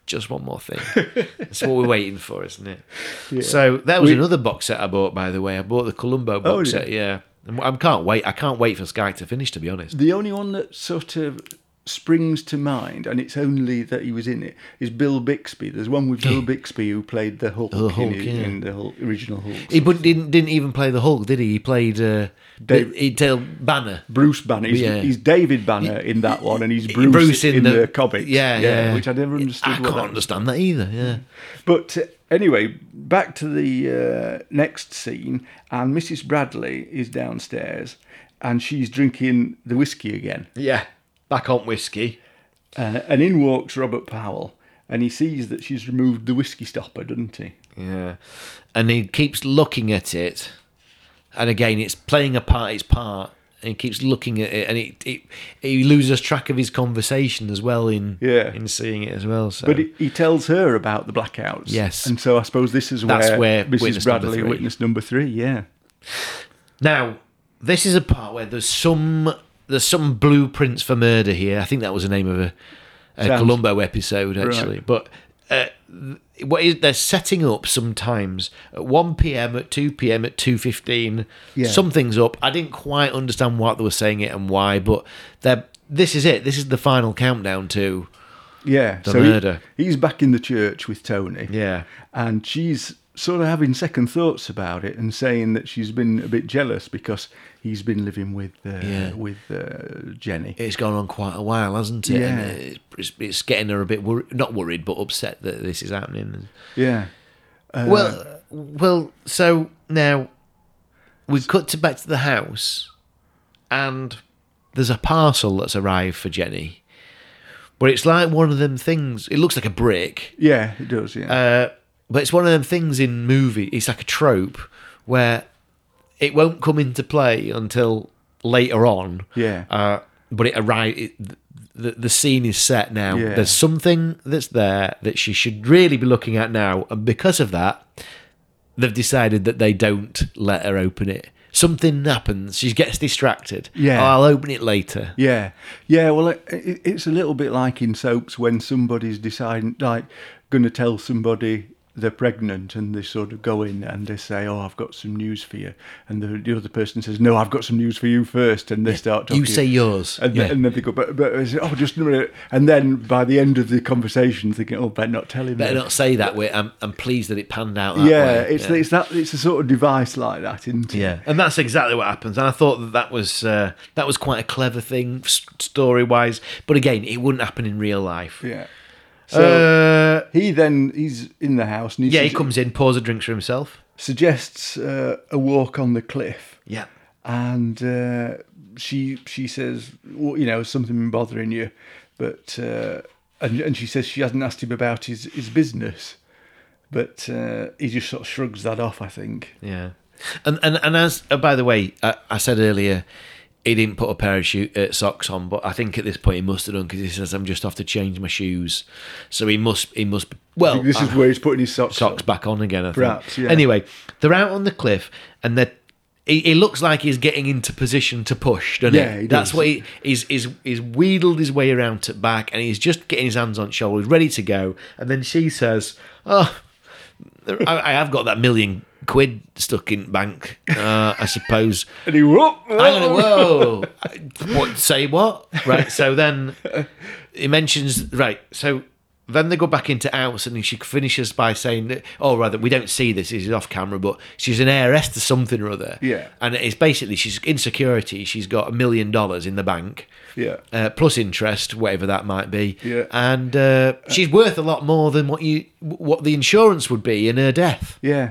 S2: just one more thing. That's what we're waiting for, isn't it? So that was
S3: We- Oh,
S2: another box set I bought, by the way. I bought the Columbo box
S3: yeah.
S2: set, yeah. And I can't wait. I can't wait for Sky to finish, to be honest.
S3: The only one that sort of springs to mind, and it's only that he was in it, is Bill Bixby. There's one with Bill Bixby who played the Hulk,
S2: The Hulk,
S3: in, it-
S2: yeah.
S3: in the Hulk, original Hulk.
S2: He but didn't didn't even play the Hulk, did he? He played uh,
S3: Dave-
S2: he played Banner.
S3: Bruce Banner. He's,
S2: Yeah.
S3: he's David Banner in that one, and he's Bruce, in, the, comics.
S2: Yeah, yeah,
S3: Which I never understood.
S2: I
S3: what
S2: can't
S3: that-
S2: understand that either. Yeah,
S3: But uh, anyway, back to the uh, next scene, and Mrs. Bradley is downstairs, and she's drinking the whiskey again.
S6: Yeah. Back on whiskey.
S3: Uh, and in walks Robert Powell, and he sees that she's removed the whiskey stopper, doesn't he?
S2: yeah. And he keeps looking at it, and again, it's playing a part. Its part. And he keeps looking at it, and it, it he loses track of his conversation as well in
S3: Yeah.
S2: in seeing it as well. So
S3: But he, he tells her about the blackouts.
S2: Yes.
S3: And so I suppose this is
S2: That's
S3: where,
S2: where
S3: Mrs.
S2: witness number
S3: Bradley,
S2: three-
S3: witness number three, yeah.
S2: Now, this is a part where there's some there's some blueprints for murder here. I think that was the name of a, a
S3: Sounds-
S2: Columbo episode actually. But uh, th- what is they're setting up sometimes at one p.m., at two p.m., at two fifteen.
S3: Yeah.
S2: Something's up. I didn't quite understand what they were saying it and why, but they're this is it. This is the final countdown to
S3: Yeah.
S2: The
S3: he-
S2: murder.
S3: he's back in the church with Tony.
S2: yeah.
S3: And she's sort of having second thoughts about it and saying that she's been a bit jealous because he's been living with uh,
S2: Yeah.
S3: with uh, Jenny.
S2: It's gone on quite a while, hasn't it?
S3: Yeah.
S2: And it's, it's, it's getting her a bit worried, not worried, but upset that this is happening.
S3: yeah.
S2: Well, well. So now we've cut to back to the house, and there's a parcel that's arrived for Jenny. But it's like one of them things. It looks like a brick,
S3: Yeah, it does, yeah.
S2: uh, but it's one of them things in movie. It's like a trope where it won't come into play until later on.
S3: Yeah.
S2: Uh, but it arrive. It, the, the scene is set now.
S3: Yeah.
S2: There's something that's there that she should really be looking at now, and because of that, they've decided that they don't let her open it. Something happens. She gets distracted.
S3: Yeah.
S2: "Oh, I'll open it later.
S3: Yeah, yeah. Well, it, it, it's a little bit like in soaps when somebody's deciding, like, going to tell somebody they're pregnant, and they sort of go in and they say, "Oh, I've got some news for you," and the, the other person says, "No, I've got some news for you first. and they start talking.
S2: You say yours.
S3: and,
S2: Yeah.
S3: then, and then they go, "But, but," I say, oh, just a minute. And then by the end of the conversation, thinking, "Oh, better not tell him."
S2: Better
S3: then."
S2: not say that. Way. I'm, I'm pleased that it panned out. That
S3: Yeah,
S2: way.
S3: it's it's that it's a sort of device like that, isn't it?
S2: Yeah,
S6: And that's exactly what happens. And I thought that that was uh,
S2: that was quite a clever thing story wise. But again, it wouldn't happen in real life.
S3: yeah. So
S6: uh,
S3: he then he's in the house and he,
S2: Yeah, he
S3: sug-
S2: comes in, pours a drink for himself.
S3: suggests uh, a walk on the cliff.
S2: Yeah,
S3: and uh, she she says, well, you know, something been bothering you, but uh, and and she says she hasn't asked him about his his business, but uh, he just sort of shrugs that off. I think.
S2: yeah. And and and as uh, by the way, I, I said earlier. He didn't put a pair of shoe, uh, socks on, but I think at this point he must have done because he says, "I'm just off to change my shoes," so he must he must well
S3: This is
S2: I-
S3: where he's putting his socks.
S2: Oh, ah. socks
S3: on.
S2: back on again. I think.
S3: Perhaps, yeah.
S2: Anyway, they're out on the cliff, and they're. He, he looks like he's getting into position to push, doesn't
S3: Yeah, he
S2: That's
S3: does.
S2: what he, he's, he's, he's wheedled his way around to back and he's just getting his hands on his shoulders, ready to go. And then she says, Oh, I, I have got that million quid stuck in bank, uh, I suppose.
S3: And he whoop.
S2: I'm gonna, whoa. what? Say what? Right. So then he mentions right. So then they go back into house, and she finishes by saying, that- "Oh, rather, we don't see this. This is off camera, but she's an heiress to something or other."
S3: Yeah.
S2: And it's basically she's in security. She's got a million dollars in the bank.
S3: Yeah.
S2: Uh, plus interest, whatever that might be.
S3: Yeah.
S2: And uh, she's worth a lot more than what you what the insurance would be in her death.
S3: Yeah,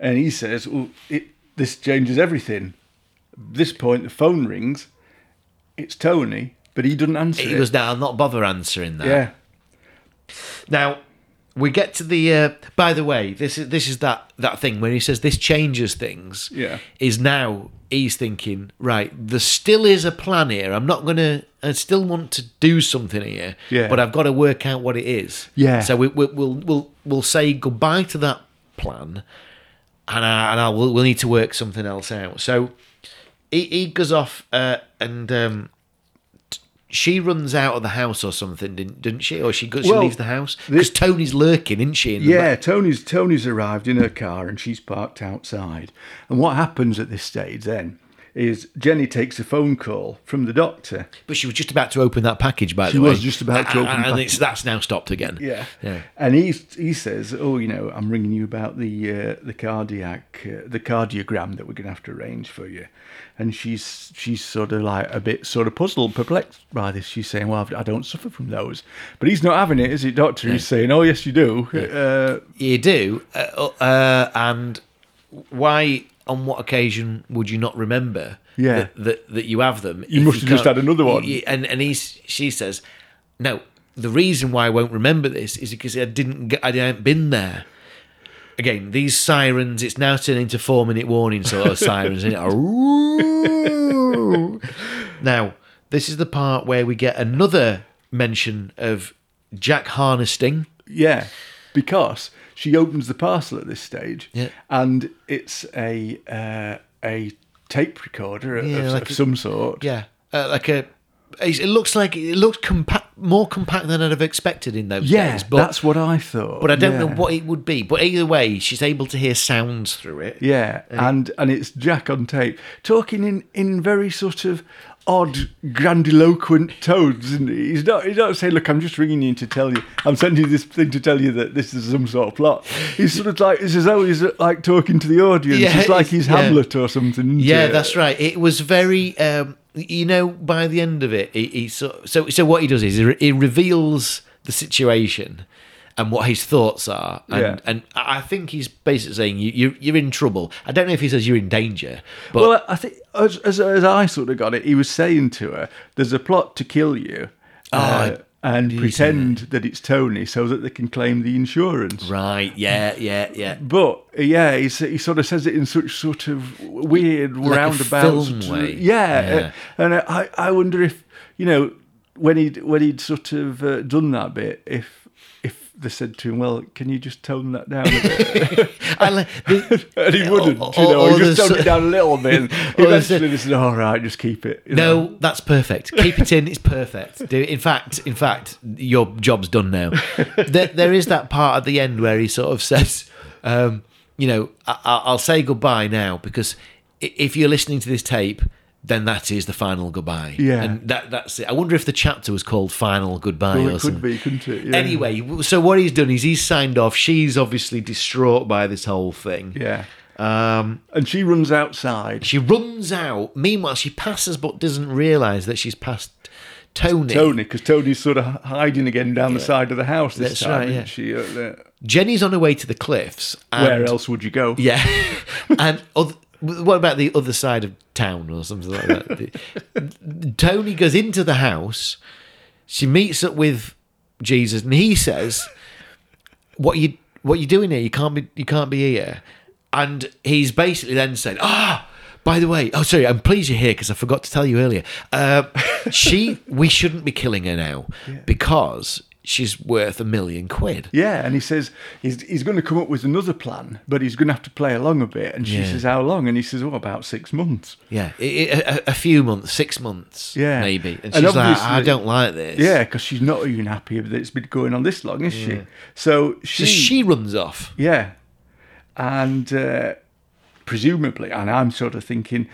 S3: and he says, well, it, this changes everything. At this point, the phone rings. It's Tony, but he doesn't answer.
S2: He
S3: it.
S2: goes, "No, I'll not bother answering that."
S3: Yeah.
S2: Now we get to the. Uh, by the way, this is this is that that thing when he says this changes things.
S3: Yeah.
S2: is now he's thinking right. There still is a plan here. I'm not gonna. I still want to do something here.
S3: Yeah.
S2: but I've got to work out what it is.
S3: Yeah.
S2: So we, we, we'll we'll we'll say goodbye to that plan, and I, and I will we'll need to work something else out. So he, he goes off uh, and. Um, t- she runs out of the house or something, didn't, didn't she? Or she goes, she
S3: Well,
S2: leaves the house
S3: this-
S2: because Tony's lurking, isn't she? In the
S3: Yeah, Tony's Tony's arrived in her car and she's parked outside. And what happens at this stage then is Jenny takes a phone call from the doctor.
S2: But she was just about to open that package, by
S3: She
S2: the way.
S3: was just about to
S2: A-
S3: open
S2: and,
S3: the
S2: it's, that's now stopped again.
S3: Yeah.
S2: yeah.
S3: And he he says, "Oh, you know, I'm ringing you about the uh, the cardiac uh, the cardiogram that we're going to have to arrange for you." And she's she's sort of like a bit sort of puzzled, perplexed by this. She's saying, "Well, I've, I don't suffer from those." But he's not having it, is it, doctor? He's saying, "Oh, yes, you do." Uh,
S2: You do. Uh, uh, and why, on what occasion would you not remember
S3: Yeah.
S2: that, that, that you have them?
S3: You
S2: if
S3: must have just
S2: can't-
S3: had another one.
S2: Y- And, and he's, she says, no, the reason why I won't remember this is because I didn't, get, I hadn't been there. Again, these sirens, it's now turned into four minute warning sort of sirens. isn't it? now, this is the part where we get another mention of Jack harnessing.
S3: Yeah, because she opens the parcel at this stage,
S2: Yeah.
S3: and it's a uh, a tape recorder of-
S2: Yeah,
S3: of,
S2: like
S3: of
S2: a-
S3: some sort.
S2: Yeah, uh, like a. It it looks like it looks compact, more compact than I'd have expected in those
S3: Yeah,
S2: days. But
S3: that's what I thought.
S2: but I don't know
S3: yeah.
S2: what it would be. But either way, she's able to hear sounds through it.
S3: Yeah, and and it's Jack on tape talking in in very sort of odd, grandiloquent tones, isn't he? He's not he's not saying, "Look, I'm just ringing you to tell you, I'm sending you this thing to tell you that this is some sort of plot." He's sort of like it's as though he's like talking to the audience.
S2: Yeah,
S3: it's like
S2: it's-
S3: he's
S2: yeah.
S3: Hamlet or something. isn't
S2: Yeah,
S3: it?
S2: that's right. It was very, um, you know, by the end of it, he, he so, so so what he does is he, re- he reveals the situation and what his thoughts are, and
S3: Yeah.
S2: and I I think he's basically saying you, you you're in trouble. I don't know if he says you're in danger, but
S3: Well, I think as, as as I sort of got it, he was saying to her, "There's a plot to kill you." uh, and pretend that it's Tony so that they can claim the insurance.
S2: right, yeah, yeah, yeah.
S3: But uh, yeah, he, s- he sort of says it in such sort of weird
S2: a
S3: roundabout
S2: film
S3: sort of-
S2: way.
S3: Yeah,
S2: Yeah.
S3: uh, and I, I wonder if you know when he'd when he'd sort of uh, done that bit, if if they said to him, "Well, can you just tone that down?" a bit?
S2: I like the,
S3: and he wouldn't,
S2: Or-
S3: you know,
S2: or
S3: he just
S2: there's-
S3: toned it down a little bit. And
S2: or there's-
S3: eventually, they said, "All right, just keep it." you know.
S2: No, that's perfect. Keep it in. It's perfect. Do- In fact, in fact, your job's done now. There, there is that part at the end where he sort of says, um, "You know, I, I- I'll say goodbye now because i- if you're listening to this tape, then that is the final goodbye."
S3: Yeah.
S2: and that that's it. I wonder if the chapter was called "Final Goodbye"
S3: Well,
S2: or
S3: it
S2: something.
S3: could be, couldn't it? Yeah.
S2: Anyway, so what he's done is he's signed off. She's obviously distraught by this whole thing.
S3: yeah. Um, and she runs outside.
S2: She runs out. Meanwhile, she passes but doesn't realise that she's passed Tony.
S3: Tony, because Tony's sort of hiding again down the side of the house this
S2: That's
S3: time.
S2: right,
S3: isn't
S2: yeah.
S3: she, uh, uh,
S2: Jenny's on her way to the cliffs. And,
S3: where else would you go?
S2: Yeah. and oth- what about the other side of town or something like that? The- Tony goes into the house. She meets up with Jesus, and he says, "What you what you doing here? You can't be you can't be here." And he's basically then saying, "Ah." by the way, oh sorry, I'm pleased you're here because I forgot to tell you earlier. Uh, she, we shouldn't be killing her now because she's worth a million quid.
S3: Yeah, and he says he's, he's going to come up with another plan, but he's going to have to play along a bit. And she
S2: Yeah.
S3: says, How long? And he says, Oh, about six months.
S2: Yeah, i- i- a a- a few months, six months,
S3: Yeah.
S2: maybe. And
S3: And
S2: she's like,
S3: obviously-
S2: I don't like this.
S3: Yeah, because she's not even happy that it's been going on this long, is she? So she.
S2: So she runs off.
S3: Yeah. And uh, presumably, and I'm sort of thinking,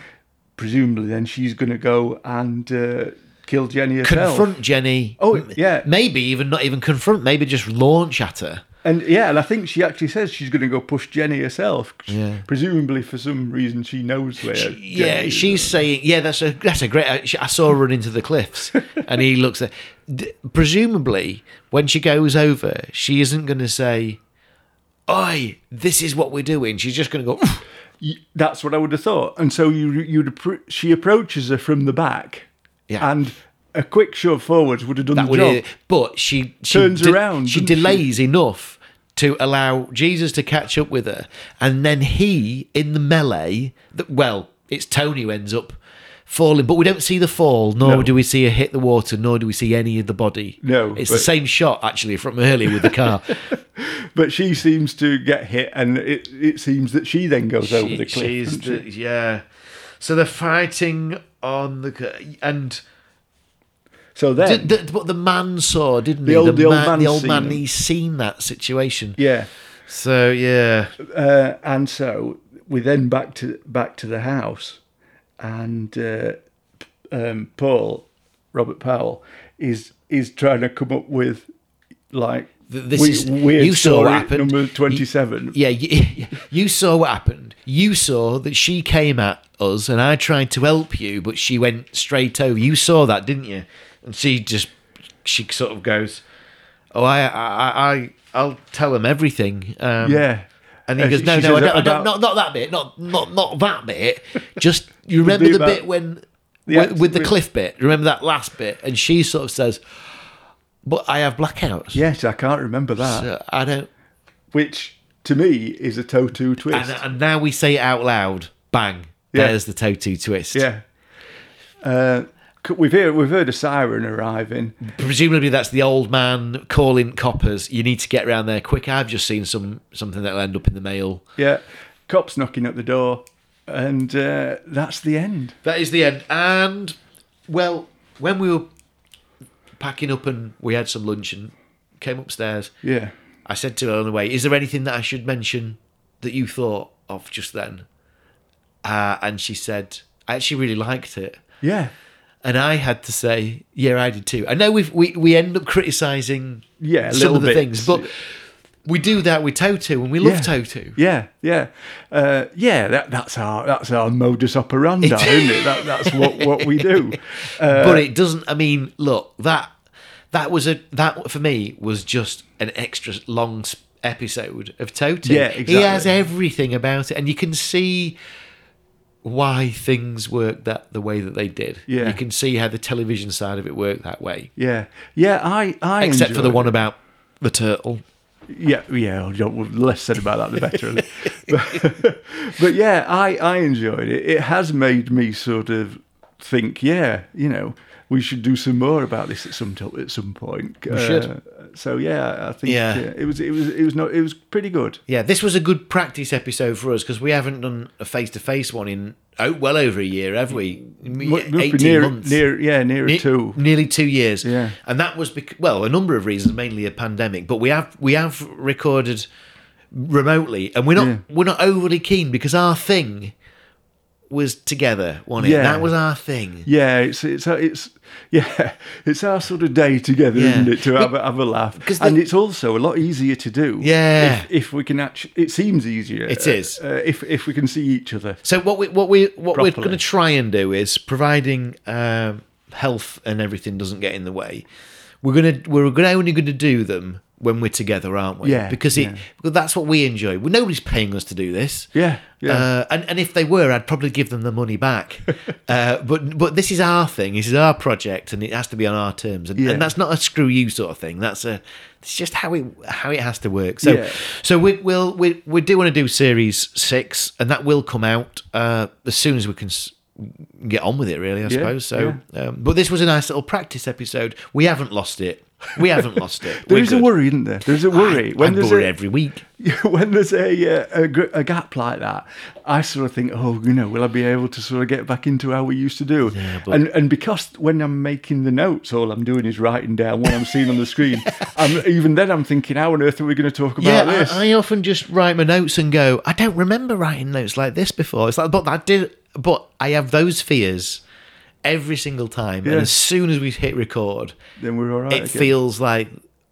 S3: presumably then she's going to go and uh, kill Jenny herself.
S2: Confront Jenny.
S3: Oh,
S2: M-
S3: yeah.
S2: Maybe even not even confront, maybe just launch at her.
S3: And yeah, and I think she actually says she's going to go push Jenny herself.
S2: Yeah.
S3: Presumably for some reason she knows where.
S2: She-
S3: Jenny
S2: yeah,
S3: is.
S2: she's saying, yeah, that's a that's a great. I, she- I saw her run into the cliffs, and he looks at. D- presumably, when she goes over, she isn't going to say, "Oi, this is what we're doing." She's just going to go. "Oof."
S3: Y- That's what I would have thought. And so you you'd appro- she approaches her from the back,
S2: Yeah.
S3: and a quick shove forwards would have done
S2: that
S3: the
S2: would e-
S3: job.
S2: but she, she
S3: Turns around,
S2: she
S3: doesn't she?
S2: delays enough to allow jesus to catch up with her and then he in the melee that well it's tony who ends up falling but we don't see the fall nor
S3: No.
S2: do we see her hit the water nor do we see any of the body
S3: No,
S2: it's
S3: but-
S2: the same shot actually from earlier with the car
S3: But she seems to get hit, and it it seems that she then goes over the cliff.
S2: she's
S3: doesn't
S2: the-
S3: she?
S2: yeah so they're fighting on the c- and
S3: So then,
S2: Did, the, but the man saw, didn't he?
S3: The old- the old man
S2: the old
S3: seen
S2: man.
S3: him.
S2: He's seen that situation.
S3: yeah,
S2: So yeah,
S3: uh, and so we then back to back to the house, and uh, um, Paul Robert Powell is is trying to come up with like
S2: Th- this
S3: we-
S2: is
S3: weird
S2: you saw
S3: story
S2: what happened.
S3: number
S2: You-
S3: twenty seven.
S2: Yeah, you, you saw what happened. You saw that she came at us, and I tried to help you, but she went straight over. You saw that, didn't you? And she just, she sort of goes, "Oh, I, I, I, I'll tell him everything." Um,
S3: Yeah.
S2: And he
S3: Uh,
S2: goes,
S3: she-
S2: "No,
S3: she
S2: no, I don't, I
S3: says
S2: don't,
S3: about-
S2: not, not that bit. Not, not, not that bit. Just you remember
S3: bit
S2: the
S3: about-
S2: bit when
S3: The
S2: with,
S3: act-
S2: with the
S3: with-
S2: cliff bit. Remember that last bit?" And she sort of says, "But I have blackouts.
S3: Yes, I can't remember that.
S2: so I don't."
S3: Which to me is a Toto twist.
S2: And, uh, and now we say it out loud. Bang.
S3: Yeah.
S2: There's the Toto twist.
S3: yeah. Uh, c- we've heard we've heard a siren arriving.
S2: Presumably that's the old man calling coppers. You need to get round there quick. I've just seen some something that'll end up in the mail.
S3: Yeah, cops knocking at the door, and uh, that's the end.
S2: That is the end. And well, when we were packing up and we had some lunch and came upstairs,
S3: Yeah.
S2: I said to her on the way, "Is there anything that I should mention that you thought of just then?" Uh, and she said, "I actually really liked it."
S3: Yeah.
S2: and I had to say, yeah, I did too. I know we've, we we end up criticising
S3: Yeah, a
S2: some
S3: little
S2: of the
S3: bit.
S2: things, but we do that with Toto, and we love
S3: yeah.
S2: Toto.
S3: Yeah, yeah, uh, yeah. That, that's our that's our modus operandi,
S2: It's-
S3: isn't it? That, that's what, what we do. Uh,
S2: but it doesn't. I mean, look that that was a that for me was just an extra long s- episode of Toto.
S3: Yeah,
S2: He has
S3: exactly.
S2: everything about it, and you can see why things worked that the way that they did.
S3: Yeah.
S2: you can see how the television side of it worked that way,
S3: yeah, yeah. I I
S2: except for the
S3: enjoyed
S2: one about the turtle.
S3: Yeah, yeah. I don't- well, less said about that, the better. isn't it? but, but yeah, I I enjoyed it. It has made me sort of think. Yeah, you know, we should do some more about this at some to- at some point. We
S2: should.
S3: So yeah, I think
S2: Yeah.
S3: yeah, it was it was it was not it was pretty good.
S2: Yeah, this was a good practice episode for us because we haven't done a face to face one in oh, well over a year, have we?
S3: Must be
S2: Eighteen
S3: Mm, near,
S2: months,
S3: near yeah nearer
S2: Ne-
S3: two.
S2: nearly two years.
S3: Yeah.
S2: and that was bec- well a number of reasons, mainly a pandemic. But we have we have recorded remotely, and we're not
S3: Yeah.
S2: we're not overly keen because our thing was together, wasn't it?
S3: Yeah.
S2: That was our thing.
S3: Yeah, it's it's uh, it's yeah, it's our sort of day together,
S2: Yeah.
S3: isn't it? To
S2: But-
S3: have, a have a laugh,
S2: 'cause the-
S3: and it's also a lot easier to do.
S2: Yeah.
S3: if, if we can actually, it seems easier.
S2: It is.
S3: uh, if if we can see each other.
S2: So what we what we what we're
S3: Properly.
S2: going to try and do is providing um, health and everything doesn't get in the way. We're gonna we're gonna only going to do them when we're together, aren't we?
S3: Yeah,
S2: Because it
S3: yeah.
S2: well, that's what we enjoy. Well, nobody's paying us to do this.
S3: Yeah, yeah.
S2: Uh, and and if they were, I'd probably give them the money back. uh, but but this is our thing. This is our project, and it has to be on our terms. And,
S3: Yeah.
S2: and that's not a screw you sort of thing. That's a it's just how it how it has to work. So
S3: Yeah.
S2: so we will we we do want to do series six, and that will come out uh, as soon as we can s- get on with it. Really, I suppose. So, um, but this was a nice little practice episode. We haven't lost it. We haven't lost it.
S3: There
S2: We're
S3: is a
S2: good.
S3: worry, isn't there? There's a worry
S2: I- I'm bored every week.
S3: when there's a, uh, a gr- a gap like that, I sort of think, oh, you know, will I be able to sort of get back into how we used to do?
S2: but-
S3: and and because when I'm making the notes, all I'm doing is writing down what I'm seeing on the screen. I'm, even then, I'm thinking, how on earth are we going to talk
S2: Yeah,
S3: about this?
S2: I, I often just write my notes and go. I don't remember writing notes like this before. It's like, but that did. But I have those fears every single time,
S3: Yeah.
S2: and as soon as we hit record,
S3: then we're all right.
S2: it
S3: again.
S2: feels like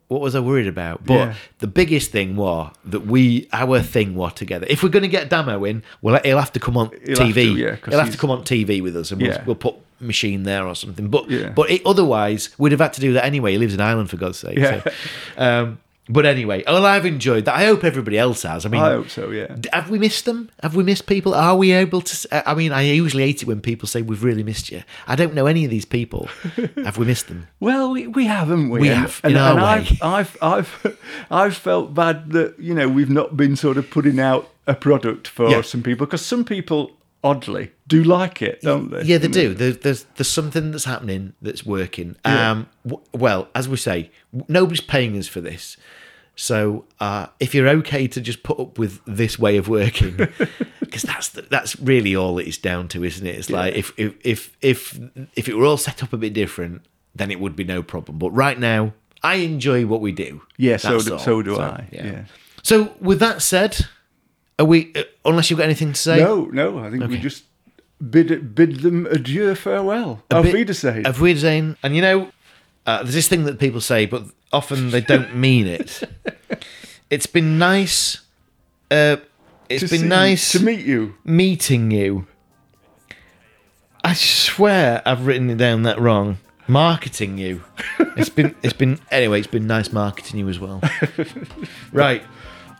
S2: what was I worried about? But
S3: Yeah.
S2: the biggest thing was that we our thing were together. If we're going to get Damo in, well, he'll have to come on
S3: He'll have
S2: TV.
S3: to, yeah, 'cause
S2: he'll have
S3: he's-
S2: to come on TV with us, and we'll,
S3: Yeah.
S2: we'll put machine there or something. But
S3: Yeah.
S2: but it, otherwise, we'd have had to do that anyway. He lives in Ireland for God's sake.
S3: Yeah.
S2: So, um, but anyway, well, I've enjoyed that. I hope everybody else has. I mean,
S3: I hope so. Yeah.
S2: D- Have we missed them? Have we missed people? Are we able to? s- uh, I mean, I usually hate it when people say we've really missed you. I don't know any of these people. have we missed them?
S3: Well, we, we haven't we?
S2: We
S3: And-
S2: have,
S3: and,
S2: in our
S3: and
S2: way.
S3: I've, I've, I've, I've felt bad that you know we've not been sort of putting out a product for
S2: Yeah.
S3: some people because some people oddly do like it, don't they?
S2: Yeah, they
S3: You
S2: do.
S3: know?
S2: There, there's there's something that's happening that's working. Um, w- well, as we say, w- nobody's paying us for this, so uh, if you're okay to just put up with this way of working, because that's the, that's really all it's down to, isn't it? It's like if, if if if if it were all set up a bit different, then it would be no problem. But right now, I enjoy what we do.
S3: Yeah, so
S2: That's
S3: do,
S2: all.
S3: so do I. Yeah.
S2: So with that said, are we? Uh, unless you've got anything to say,
S3: No, no. I think we just bid bid them adieu, farewell. Auf
S2: bit-
S3: Wiedersehen.
S2: Auf Wiedersehen. And you know, uh, there's this thing that people say, but often they don't mean it. It's been nice. Uh, it's
S3: To
S2: been
S3: see-
S2: nice
S3: to meet you.
S2: meeting you. I swear I've written it down that wrong. Marketing you. It's been it's been anyway, it's been nice marketing you as well. right.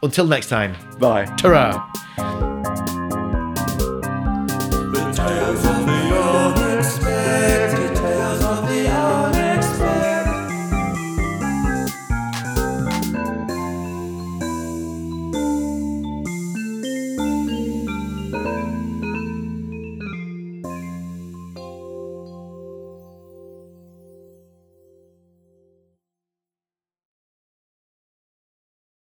S2: Until next time.
S3: Bye.
S2: Ta-ra.
S1: The tales of